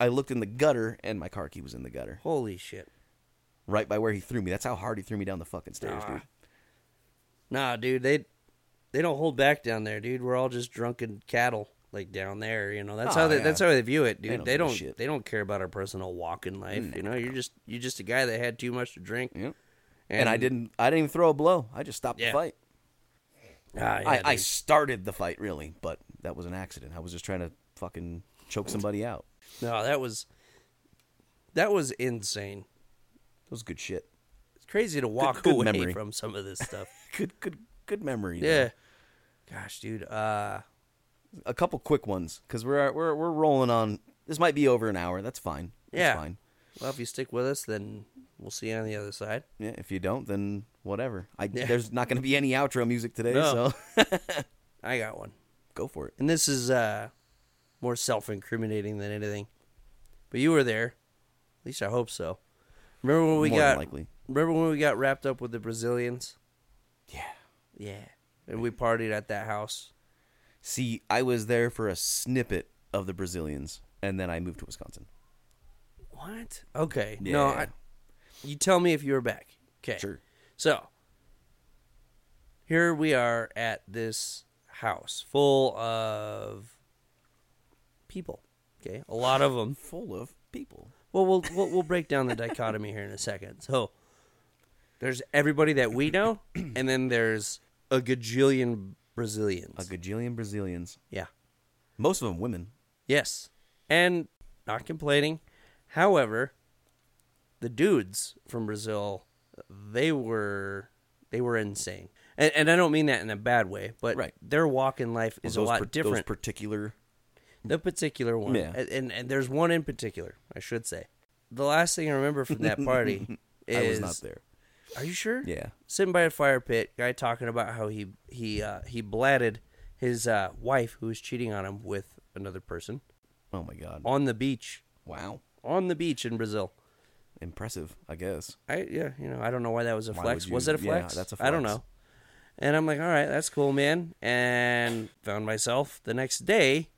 Speaker 6: I looked in the gutter, and my car key was in the gutter,
Speaker 4: Holy shit.
Speaker 6: right by where he threw me. That's how hard he threw me down the fucking stairs,
Speaker 4: Ah,
Speaker 6: dude.
Speaker 4: Nah, dude, they they don't hold back down there, dude. We're all just drunken cattle like down there, you know. That's
Speaker 6: Oh,
Speaker 4: how they,
Speaker 6: yeah.
Speaker 4: that's how they view it, dude.
Speaker 6: don't
Speaker 4: They
Speaker 6: give a
Speaker 4: don't they
Speaker 6: shit. Mm.
Speaker 4: don't, care about our personal walk in life, you know. You're just you're just a guy that had too much to drink.
Speaker 6: Yep. And, I didn't. I didn't even throw a blow. I just stopped
Speaker 4: Yeah.
Speaker 6: the fight.
Speaker 4: Ah, yeah,
Speaker 6: I, I
Speaker 4: dude.
Speaker 6: started the fight, really, but that was an accident. I was just trying to fucking choke somebody out.
Speaker 4: No, that was that was insane.
Speaker 6: That was good shit. <laughs>
Speaker 4: It's crazy to walk
Speaker 6: good
Speaker 4: away
Speaker 6: memory.
Speaker 4: from some of this
Speaker 6: <laughs>
Speaker 4: stuff.
Speaker 6: Good, good, good memory. though.
Speaker 4: yeah. Gosh, dude. Uh
Speaker 6: a couple quick ones because we're we're we're rolling on. This might be over an hour. That's fine. That's
Speaker 4: Yeah.
Speaker 6: fine.
Speaker 4: well, if you stick with us, then we'll see you on the other side.
Speaker 6: Yeah, if you don't, then whatever. I there's not going to be any outro music today,
Speaker 4: No.
Speaker 6: so
Speaker 4: <laughs>
Speaker 6: <laughs>
Speaker 4: I got one.
Speaker 6: go for it.
Speaker 4: and this is uh more self-incriminating than anything but you were there at least i hope so remember when we
Speaker 6: More than
Speaker 4: got
Speaker 6: likely.
Speaker 4: remember when we got wrapped up with the brazilians
Speaker 6: Yeah.
Speaker 4: yeah and we partied at that house
Speaker 6: See, I was there for a snippet of the Brazilians, and then I moved to Wisconsin.
Speaker 4: what okay no I, you tell me if you were back okay
Speaker 6: Sure.
Speaker 4: so here we are at this house full of people okay a lot of them
Speaker 6: full of people.
Speaker 4: Well, we'll we'll, we'll break down the dichotomy here in a second. So there's everybody that we know, <clears throat> and then there's a gajillion Brazilians.
Speaker 6: A gajillion Brazilians,
Speaker 4: yeah.
Speaker 6: most of them women.
Speaker 4: Yes. And not complaining. However, the dudes from Brazil, they were they were insane. And, and I don't mean that in a bad way, but
Speaker 6: Right.
Speaker 4: their walk in life is a
Speaker 6: Those
Speaker 4: lot
Speaker 6: par- Those
Speaker 4: different.
Speaker 6: particular.
Speaker 4: The particular one.
Speaker 6: Yeah.
Speaker 4: And, and and there's one in particular, I should say. The last thing I remember from that party
Speaker 6: <laughs>
Speaker 4: is
Speaker 6: I was not there.
Speaker 4: Are you sure?
Speaker 6: Yeah.
Speaker 4: Sitting by a fire pit, guy talking about how he he uh, he blatted his uh, wife who was cheating on him with another person
Speaker 6: Oh my god.
Speaker 4: on the beach,
Speaker 6: Wow.
Speaker 4: on the beach in Brazil.
Speaker 6: Impressive, I guess.
Speaker 4: I yeah, you know, I don't know why that was a
Speaker 6: Why
Speaker 4: flex.
Speaker 6: would
Speaker 4: was
Speaker 6: you-
Speaker 4: it a
Speaker 6: yeah,
Speaker 4: flex?
Speaker 6: that's a
Speaker 4: I don't
Speaker 6: flex.
Speaker 4: know. And I'm like, all right, that's cool, man. And found myself the next day. <laughs>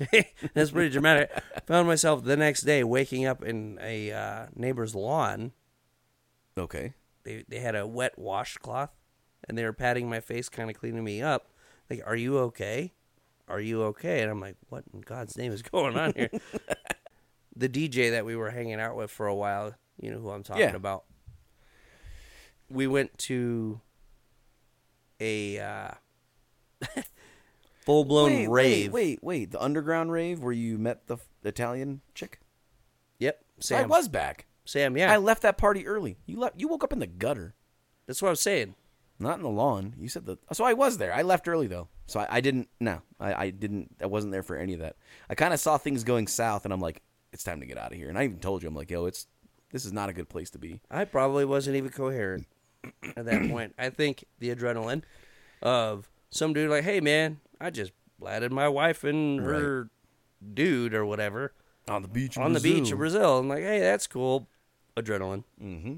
Speaker 4: Okay, that's pretty dramatic. found myself the next day waking up in a uh, neighbor's lawn.
Speaker 6: Okay.
Speaker 4: They they had a wet washcloth, and they were patting my face, kind of cleaning me up. Like, are you okay? Are you okay? And I'm like, what in God's name is going on
Speaker 6: <laughs>
Speaker 4: here? the DJ that we were hanging out with for a while, you know who I'm talking
Speaker 6: Yeah.
Speaker 4: about. We went to a uh, <laughs> full blown
Speaker 6: Wait,
Speaker 4: rave.
Speaker 6: Wait, wait, wait. The underground rave where you met the f- Italian chick?
Speaker 4: Yep, Sam.
Speaker 6: I was back.
Speaker 4: Sam. Yeah,
Speaker 6: I left that party early. You left you woke up in the gutter,
Speaker 4: that's what I was saying.
Speaker 6: not in the lawn. You said the So I was there. I left early though. So I, I didn't no. I, I didn't I wasn't there for any of that. I kind of saw things going south and I'm like, it's time to get out of here. And I even told you I'm like, yo, it's this is not a good place to be.
Speaker 4: I probably wasn't even coherent
Speaker 6: <clears throat>
Speaker 4: at that point. I think the adrenaline of some dude like, "Hey man, I just blatted my wife and her dude or whatever
Speaker 6: On the beach.
Speaker 4: on the beach in Brazil." I'm like, "Hey, that's cool." Adrenaline. Mm-hmm.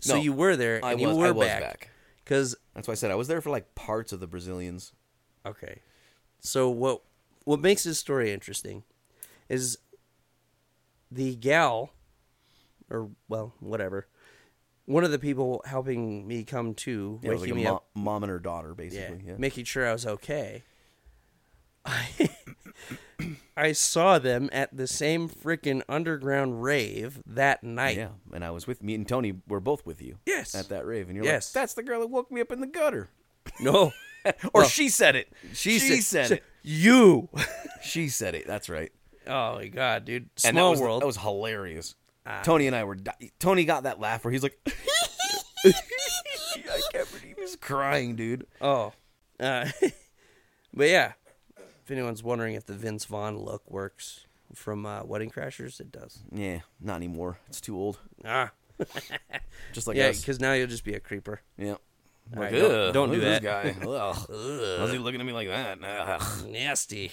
Speaker 4: So
Speaker 6: No,
Speaker 4: you were there and
Speaker 6: I
Speaker 4: you
Speaker 6: was-
Speaker 4: were
Speaker 6: I was
Speaker 4: back
Speaker 6: back.
Speaker 4: because
Speaker 6: That's why I said I was there for like parts of the Brazilians.
Speaker 4: okay, So what what makes this story interesting is the gal or well, whatever. One of the people helping me come to,
Speaker 6: Yeah, it was
Speaker 4: waking
Speaker 6: like a
Speaker 4: me
Speaker 6: mo-
Speaker 4: up,
Speaker 6: mom and her daughter,
Speaker 4: yeah,
Speaker 6: basically. Yeah.
Speaker 4: making sure I was okay. I <coughs> I saw them at the same freaking underground rave that night.
Speaker 6: Yeah, and I was with me and Tony. Were both with you.
Speaker 4: Yes.
Speaker 6: At that rave, and you're
Speaker 4: Yes.
Speaker 6: like, "That's the girl that woke me up in the gutter,"
Speaker 4: No,
Speaker 6: or
Speaker 4: Well,
Speaker 6: she said it. <laughs> She, said, it.
Speaker 4: You. <laughs>
Speaker 6: She said it. That's right.
Speaker 4: Oh my god, dude! Small
Speaker 6: And that was,
Speaker 4: world.
Speaker 6: That was hilarious. Tony and I were. Di- Tony got that laugh where he's like, <laughs> "I can't believe he's crying, dude."
Speaker 4: Oh. Uh, <laughs> but yeah, if anyone's wondering if the Vince Vaughn look works from uh, Wedding Crashers, it does.
Speaker 6: Yeah, not anymore. It's too old.
Speaker 4: Ah,
Speaker 6: Just like
Speaker 4: yeah,
Speaker 6: us.
Speaker 4: because now you'll just be a creeper.
Speaker 6: Yeah.
Speaker 4: Like, don't- don't do that.
Speaker 6: guy. <laughs> Ugh. Why is he looking at me like that? Ugh.
Speaker 4: Nasty.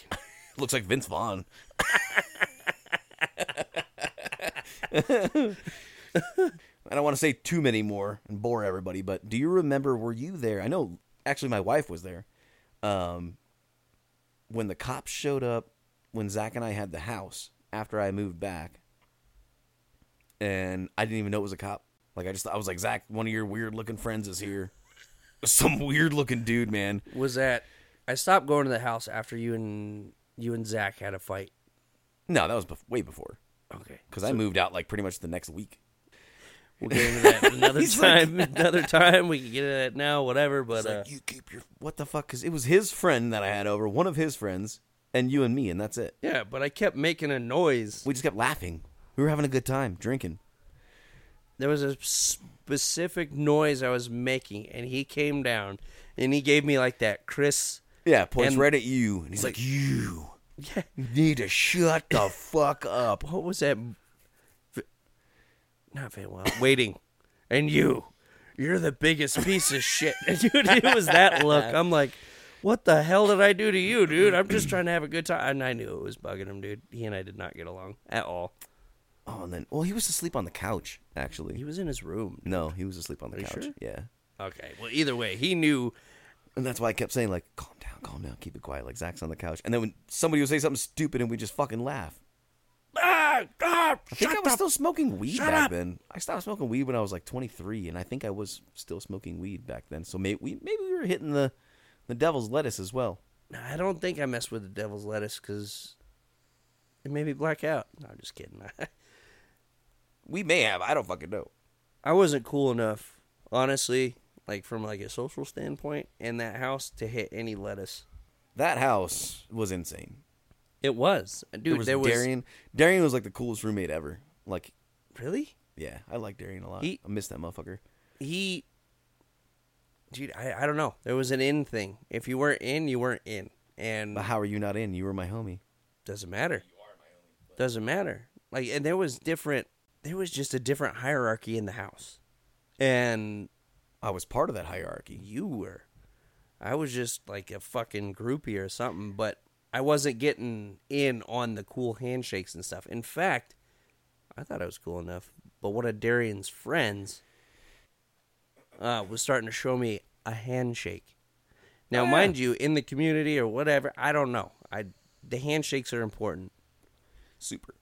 Speaker 6: Looks like Vince Vaughn. I don't want to say too many more and bore everybody, but do you remember? Were you there? I know. Actually, my wife was there. Um, when the cops showed up, when Zach and I had the house after I moved back, and I didn't even know it was a cop. Like I just, I was like, Zach, one of your weird looking friends is here. <laughs> Some weird looking dude, man.
Speaker 4: Was that? I stopped going to the house after you and you and Zach had a fight.
Speaker 6: No, that was bef- way before.
Speaker 4: Okay,
Speaker 6: because I moved out like pretty much the next week.
Speaker 4: we'll get into <laughs> that another time. another time we can get into that now, whatever. But uh,
Speaker 6: you keep your what the fuck? Because it was his friend that I had over, one of his friends, and you and me, and that's it.
Speaker 4: yeah, but I kept making a noise.
Speaker 6: We just kept laughing. We were having a good time drinking.
Speaker 4: there was a specific noise I was making, and he came down and he gave me like that Chris. <laughs>
Speaker 6: Yeah, points
Speaker 4: And-
Speaker 6: right at you, and he's like, "You
Speaker 4: Yeah,
Speaker 6: need to shut
Speaker 4: <laughs>
Speaker 6: the fuck up."
Speaker 4: what was that? V- Not very well. Waiting, and you, you're the biggest piece of shit, <laughs> dude. It was that look. I'm like, what the hell did I do to you, dude? I'm just trying to have a good time, and I knew it was bugging him, dude. He and I did not get along at all.
Speaker 6: Oh, and then well, he was asleep on the couch actually.
Speaker 4: He was in his room.
Speaker 6: no, he was asleep on the
Speaker 4: you
Speaker 6: couch.
Speaker 4: sure?
Speaker 6: Yeah,
Speaker 4: Okay. Well, either way, he knew.
Speaker 6: and that's why I kept saying like, "Calm down, calm down, keep it quiet." Like Zach's on the couch, and then when somebody would say something stupid, and we just fucking laugh.
Speaker 4: Ah, ah,
Speaker 6: I think
Speaker 4: shut
Speaker 6: I was
Speaker 4: the
Speaker 6: still smoking weed
Speaker 4: Shut
Speaker 6: back
Speaker 4: up.
Speaker 6: then. I stopped smoking weed when I was like 23, and I think I was still smoking weed back then. So maybe we maybe we were hitting the the devil's lettuce as well.
Speaker 4: No, I don't think I messed with the devil's lettuce because it made me black out. No, I'm just kidding. <laughs> I,
Speaker 6: We may have. I don't fucking know.
Speaker 4: I wasn't cool enough, honestly, like from like a social standpoint, in that house to hit any lettuce.
Speaker 6: That house was insane.
Speaker 4: It was,
Speaker 6: There
Speaker 4: dude.
Speaker 6: was
Speaker 4: There was,
Speaker 6: Darian. Darian was like the coolest roommate ever. Like,
Speaker 4: really
Speaker 6: yeah, I like Darian a lot.
Speaker 4: He-
Speaker 6: I miss that motherfucker.
Speaker 4: he, dude. I I don't know. There was an in thing. If you weren't in, you weren't in, and
Speaker 6: But how are you not in? You were my homie.
Speaker 4: doesn't matter. Doesn't matter. Like, and there was different. There was just a different hierarchy in the house, and
Speaker 6: I was part of that hierarchy.
Speaker 4: you were. I was just like a fucking groupie or something, but I wasn't getting in on the cool handshakes and stuff. In fact, I thought I was cool enough, but one of Darian's friends uh, was starting to show me a handshake. Now, mind you, in the community or whatever, I don't know. I the handshakes are important
Speaker 6: Super.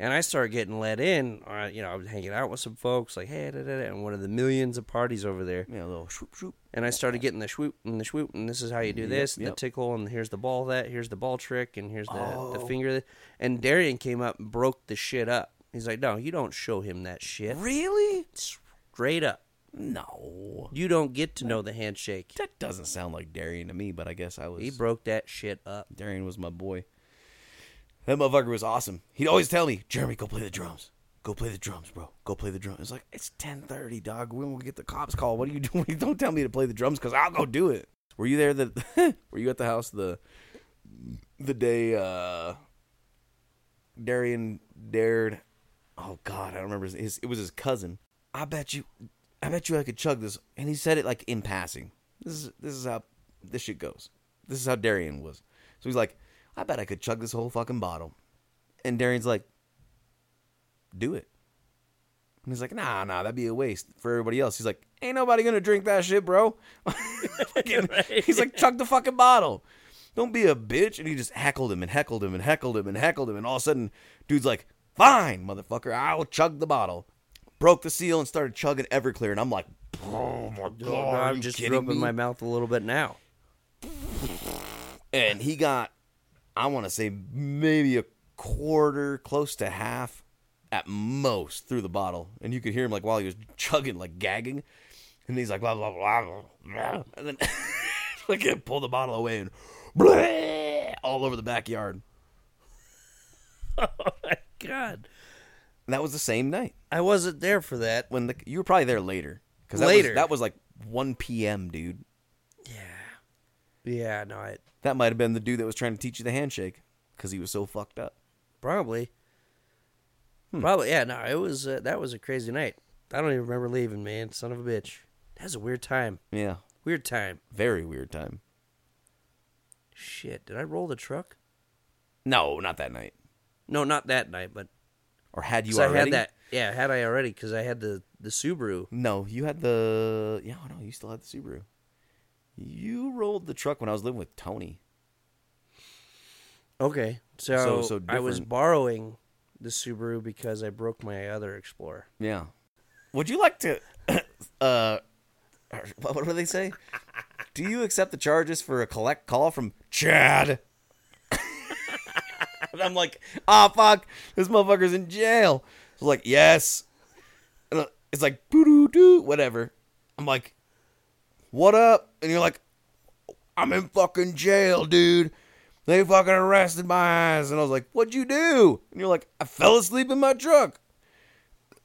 Speaker 4: and I started getting let in. Or, you know, I was hanging out with some folks, like hey, da, da, da, and one of the millions of parties over there.
Speaker 6: Yeah, a little shoop shoop.
Speaker 4: And I started getting the swoop and the swoop, and this is how you do this, and
Speaker 6: yep.
Speaker 4: the tickle, and here's the ball that, here's the ball trick, and here's the,
Speaker 6: Oh.
Speaker 4: the finger. That, and Darian came up and broke the shit up. He's like, no, you don't show him that shit.
Speaker 6: Really?
Speaker 4: Straight up.
Speaker 6: No.
Speaker 4: You don't get to know the handshake.
Speaker 6: That doesn't sound like Darian to me, but I guess I was.
Speaker 4: He broke that shit
Speaker 6: <laughs>
Speaker 4: up.
Speaker 6: Darian was my boy. That motherfucker was awesome. He'd always tell me, Jeremy, go play the drums. Go play the drums, bro. Go play the drums. It's like, it's 1030, dog. When will we get the cops call? What are you <laughs> doing? Don't tell me to play the drums because I'll go do it. Were you there the <laughs> were you at the house the the day uh Darian dared oh god, I don't remember his, his it was his cousin. I bet you I bet you I could chug this and he said it like in passing. This is this is how this shit goes. This is how Darian was. So he's like, I bet I could chug this whole fucking bottle. And Darian's like, Do it. And he's like, nah, nah, that'd be a waste for everybody else. He's like, <laughs> ain't nobody gonna drink that shit, bro. Fucking- He's like, chug the fucking bottle. don't be a bitch. And he just heckled him and heckled him and heckled him and heckled him. And all of a sudden, dude's like, fine, motherfucker, I'll chug the bottle. Broke the seal and started chugging Everclear. And I'm like, oh my God. are
Speaker 4: I'm
Speaker 6: you
Speaker 4: just
Speaker 6: kidding
Speaker 4: rubbing
Speaker 6: me?
Speaker 4: my mouth a little
Speaker 6: <laughs>
Speaker 4: bit now.
Speaker 6: and he got i want to say maybe a quarter close to half at most through the bottle and you could hear him like while he was chugging like gagging and he's like blah blah blah, blah, blah. and then <laughs> like he pulled the bottle away and blah, <laughs> all over the backyard
Speaker 4: God,
Speaker 6: and that was the same night
Speaker 4: I wasn't there for that.
Speaker 6: when the you were probably there later because that
Speaker 4: Later.
Speaker 6: was, that was like 1 p.m dude
Speaker 4: Yeah, no, I
Speaker 6: that might have been the dude that was trying to teach you the handshake because he was so fucked up
Speaker 4: probably,
Speaker 6: Hmm.
Speaker 4: probably, yeah, no, it was uh, that was a crazy night. I don't even remember leaving, man. Son of a bitch, that was a weird time.
Speaker 6: yeah
Speaker 4: Weird time.
Speaker 6: very weird time
Speaker 4: Shit, did I roll the truck?
Speaker 6: no not that night
Speaker 4: No, not that night, but
Speaker 6: or had you
Speaker 4: 'cause I
Speaker 6: already
Speaker 4: had that. Yeah, had I already? Because I had the the Subaru.
Speaker 6: No, you had the yeah. No, you still had the Subaru. You rolled the truck when I was living with Tony.
Speaker 4: Okay, so,
Speaker 6: So- so
Speaker 4: I was
Speaker 6: different.
Speaker 4: borrowing the Subaru because I broke my other
Speaker 6: <laughs>
Speaker 4: Explorer. <laughs>
Speaker 6: Yeah. Would you like to? <coughs> uh, what what do they say? Do you accept the charges for a collect call from Chad? <laughs> and I'm like, ah, fuck, this motherfucker's in jail. I was like, yes. And uh, it's like, doo doo doo, whatever. I'm like, what up? And you're like, I'm in fucking jail, dude. They fucking arrested my ass. And I was like, what'd you do? And you're like, I fell asleep in my truck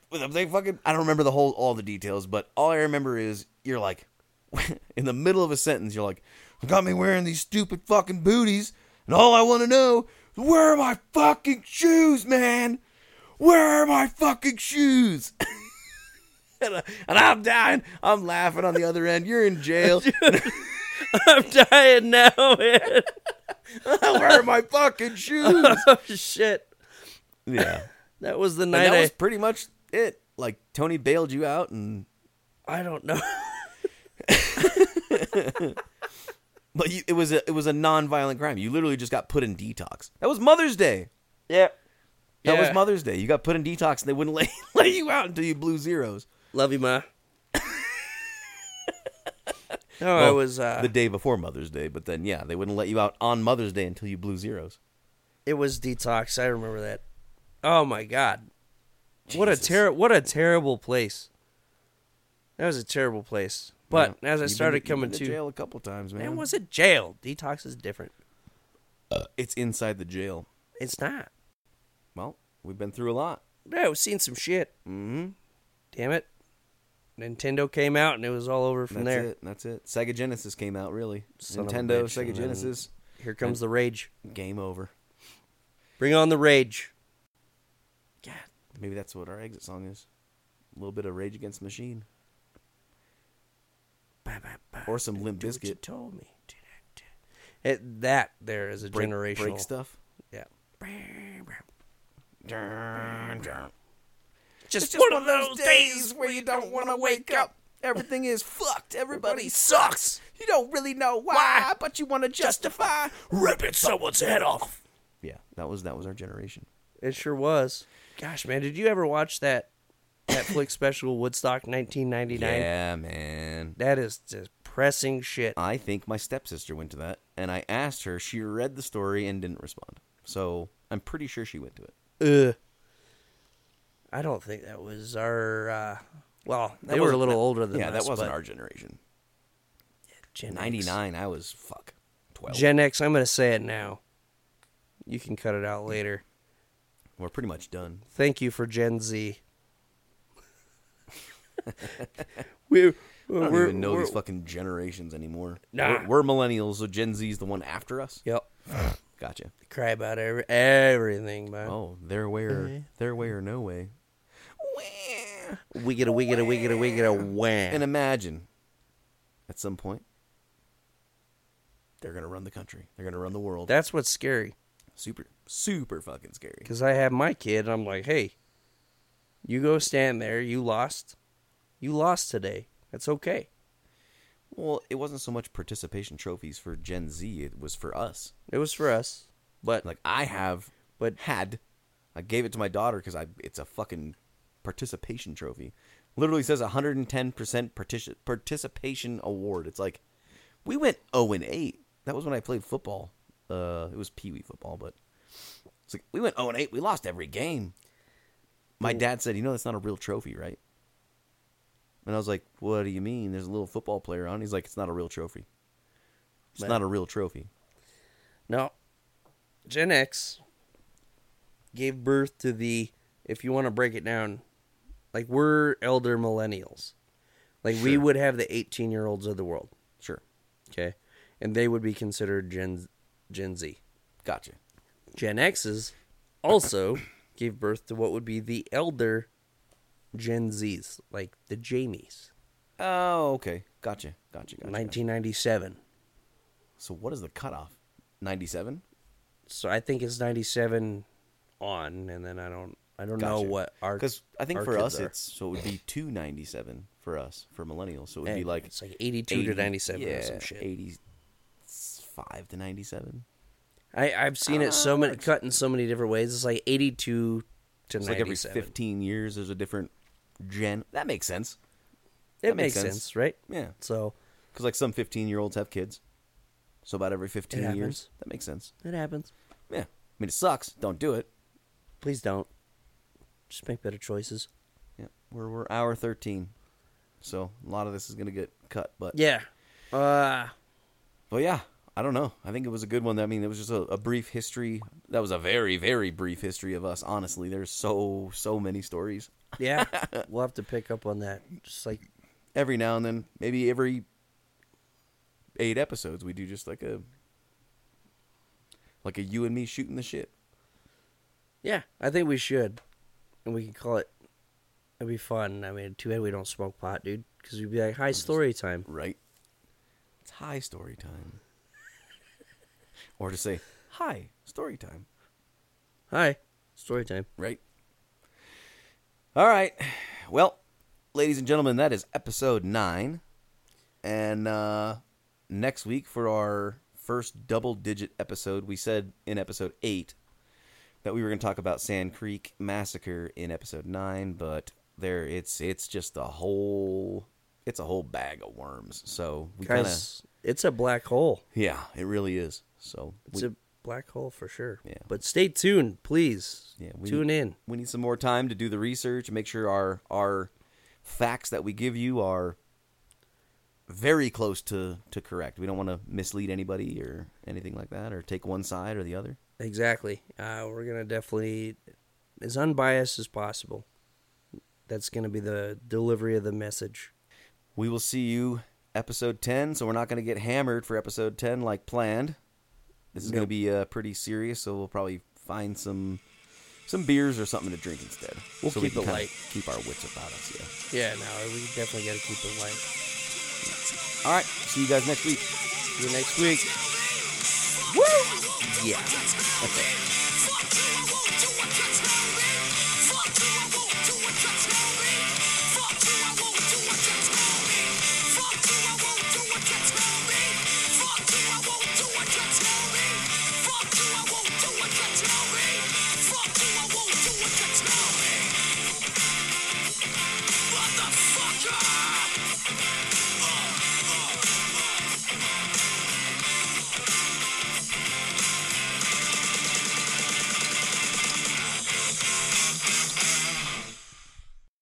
Speaker 6: with them. They fucking I don't remember the whole all the details, but all I remember is you're like <laughs> in the middle of a sentence, you're like, got me wearing these stupid fucking booties, and all I wanna know is where are my fucking shoes, man? Where are my fucking shoes? <laughs> and, I, and I'm dying. I'm laughing on the other end. You're in <laughs> jail.
Speaker 4: I'm dying now, man. <laughs>
Speaker 6: where are my fucking shoes?
Speaker 4: oh shit,
Speaker 6: Yeah.
Speaker 4: that was the
Speaker 6: And
Speaker 4: night
Speaker 6: that
Speaker 4: I.
Speaker 6: was pretty much it. Like Tony bailed you out and
Speaker 4: I don't know. <laughs>
Speaker 6: But you, it was a it was a non-violent crime. You literally just got put in detox. That was Mother's Day.
Speaker 4: yeah.
Speaker 6: That was Mother's Day. You got put in detox, and they wouldn't <laughs> let, let you out until you blew zeros.
Speaker 4: Love you, ma. <laughs> no, I
Speaker 6: Well,
Speaker 4: was. Uh,
Speaker 6: the day before Mother's Day, but then yeah, they wouldn't let you out on Mother's Day until you blew zeros.
Speaker 4: It was detox. I remember that. Oh my god, what a ter- what a terrible place. That was a terrible place. But
Speaker 6: Yeah.
Speaker 4: as I
Speaker 6: You've been
Speaker 4: started
Speaker 6: to- you've
Speaker 4: coming
Speaker 6: been
Speaker 4: to,
Speaker 6: jail a couple times, man.
Speaker 4: it was a jail. Detox is different.
Speaker 6: it's inside the jail.
Speaker 4: It's not.
Speaker 6: Well, we've been through a lot.
Speaker 4: No, we've seen some shit. Mm-hmm. Damn it. Nintendo came out and it was all over from
Speaker 6: That's
Speaker 4: there.
Speaker 6: it. That's it. Sega Genesis came out really.
Speaker 4: Son of a
Speaker 6: Nintendo,
Speaker 4: bitch,
Speaker 6: Sega
Speaker 4: and then-
Speaker 6: Genesis,
Speaker 4: Here comes the rage.
Speaker 6: game over.
Speaker 4: Bring on the rage.
Speaker 6: God, maybe that's what our exit song is. A little bit of Rage Against the Machine
Speaker 4: Bah, bah, bah.
Speaker 6: or some Limp
Speaker 4: Do what you
Speaker 6: Bizkit.
Speaker 4: told me. It, that there is a
Speaker 6: Break-
Speaker 4: generational
Speaker 6: break stuff.
Speaker 4: Yeah. Just, one, of those days.
Speaker 6: where you don't want to wake up. Everything is fucked. Everybody sucks. You don't really know why, but you want to justify ripping someone's head off. Yeah, that was that was our generation.
Speaker 4: It sure was. Gosh, man, did you ever watch that Netflix special Woodstock 1999?
Speaker 6: Yeah, Uh. man.
Speaker 4: That is depressing shit.
Speaker 6: I think my stepsister went to that, and I asked her. She read the story and didn't respond. So I'm pretty sure she went to it.
Speaker 4: Ugh. I don't think that was our. Uh, well, they were a
Speaker 6: wasn't-
Speaker 4: little older than
Speaker 6: yeah,
Speaker 4: us.
Speaker 6: that wasn't
Speaker 4: but
Speaker 6: our generation.
Speaker 4: Gen X.
Speaker 6: '99, I was fuck twelve.
Speaker 4: Gen X. I'm gonna say it now. You can cut it out later.
Speaker 6: We're pretty much done.
Speaker 4: Thank you for Gen Z. <laughs> we,
Speaker 6: I don't
Speaker 4: we're,
Speaker 6: even know
Speaker 4: we're-
Speaker 6: these fucking generations anymore. We're,
Speaker 4: Nah.
Speaker 6: we're millennials, so Gen Z is the one after us.
Speaker 4: Yep.
Speaker 6: Gotcha.
Speaker 4: Cry about every, everything, man.
Speaker 6: Oh, their way or their way or no way.
Speaker 4: We get a, we get a, we get a, we get a wham.
Speaker 6: And imagine, at some point, they're gonna run the country. They're gonna run the world.
Speaker 4: That's what's scary.
Speaker 6: super, super fucking scary.
Speaker 4: Because I have my kid, and I'm like, hey, you go stand there. You lost. You lost today. That's okay.
Speaker 6: Well, it wasn't so much participation trophies for Gen Z; it was for us.
Speaker 4: It was for us, but
Speaker 6: Like I have,
Speaker 4: But-
Speaker 6: had, I gave it to my daughter because I it's a fucking participation trophy. Literally says 110 percent participation award. It's like we went 0 and 8. That was when I played football. Uh, it was pee wee football, but it's like we went 0 and 8. We lost every game. My dad said, "You know that's not a real trophy, right?" And I was like, "What do you mean? There's a little football player on." He's like, "It's not a real trophy. It's not a real trophy."
Speaker 4: no. Gen X gave birth to the, if you want to break it down, like we're elder millennials. Like we would have the 18 year olds of the world.
Speaker 6: Sure,
Speaker 4: Okay. And they would be considered Gen, Gen Z.
Speaker 6: gotcha.
Speaker 4: Gen X's also <coughs> gave birth to what would be the elder Gen Z's, like the Jamies,
Speaker 6: Oh, okay, gotcha, gotcha, gotcha.
Speaker 4: 1997.
Speaker 6: So what is the cutoff? Ninety-seven.
Speaker 4: So I think it's 97 on, and then I don't, I don't know what our
Speaker 6: because I think
Speaker 4: our
Speaker 6: for
Speaker 4: kids
Speaker 6: us
Speaker 4: are.
Speaker 6: it's so it would
Speaker 4: <laughs>
Speaker 6: be two ninety-seven for us for millennials. So it would
Speaker 4: Yeah,
Speaker 6: be like
Speaker 4: it's like 82 to 97 or some shit.
Speaker 6: eighty-five to ninety-seven.
Speaker 4: I, I've seen it so many cut in so many different ways. It's like 82
Speaker 6: Ah.
Speaker 4: to
Speaker 6: It's like every
Speaker 4: 97.
Speaker 6: fifteen years, there's a different gen. That makes sense.
Speaker 4: it
Speaker 6: that
Speaker 4: makes
Speaker 6: makes
Speaker 4: sense,
Speaker 6: sense.
Speaker 4: right?
Speaker 6: Yeah.
Speaker 4: So
Speaker 6: Because like some fifteen-year-olds have kids. So about every fifteen
Speaker 4: happens.
Speaker 6: years, that makes sense.
Speaker 4: it happens.
Speaker 6: Yeah, I mean it sucks. Don't do it.
Speaker 4: Please don't. Just make better choices.
Speaker 6: Yeah, we're we're hour thirteen, so a lot of this is gonna get cut. But
Speaker 4: Yeah. Uh,
Speaker 6: But yeah, I don't know. I think it was a good one. I mean, it was just a, a brief history. That was a very, very brief history of us. Honestly, there's so, so many stories. <laughs>
Speaker 4: yeah. we'll have to pick up on that. Just like
Speaker 6: Every now and then, maybe every eight episodes, we do just like a, like a you and me shooting the shit.
Speaker 4: Yeah, I think we should, and we can call it. It'd be fun. I mean, too bad we don't smoke pot, dude, because we'd be like, "Hi, story time."
Speaker 6: Right. It's high story time. or to say, hi, story time.
Speaker 4: Hi, story time.
Speaker 6: Right. All right. Well, ladies and gentlemen, that is episode nine. And uh, next week for our first double digit episode, we said in episode eight that we were going to talk about Sand Creek Massacre in episode nine, but there it's it's just a whole it's a whole bag of worms. So we kind of
Speaker 4: Guys, it's a black hole.
Speaker 6: yeah, it really is. So
Speaker 4: It's a black hole for sure.
Speaker 6: Yeah.
Speaker 4: But stay tuned, please.
Speaker 6: Yeah, we-
Speaker 4: Tune in.
Speaker 6: we need some more time to do the research and make sure our our facts that we give you are very close to to correct. We don't want to mislead anybody or anything like that, or take one side or the other.
Speaker 4: Exactly. Uh, we're gonna definitely as unbiased as possible. That's gonna be the delivery of the message.
Speaker 6: We will see you episode ten. So we're not going to get hammered for episode ten like planned. This is going to be uh, pretty serious, so we'll probably find some some beers or something to drink instead.
Speaker 4: We'll
Speaker 6: so
Speaker 4: keep it
Speaker 6: kinda
Speaker 4: light.
Speaker 6: keep our wits about us. Yeah.
Speaker 4: Yeah. No, we definitely gotta keep it light.
Speaker 6: All right. See you guys next week.
Speaker 4: See you next week.
Speaker 6: Yeah. That's it.
Speaker 3: Fuck you, I won't do what you tell me.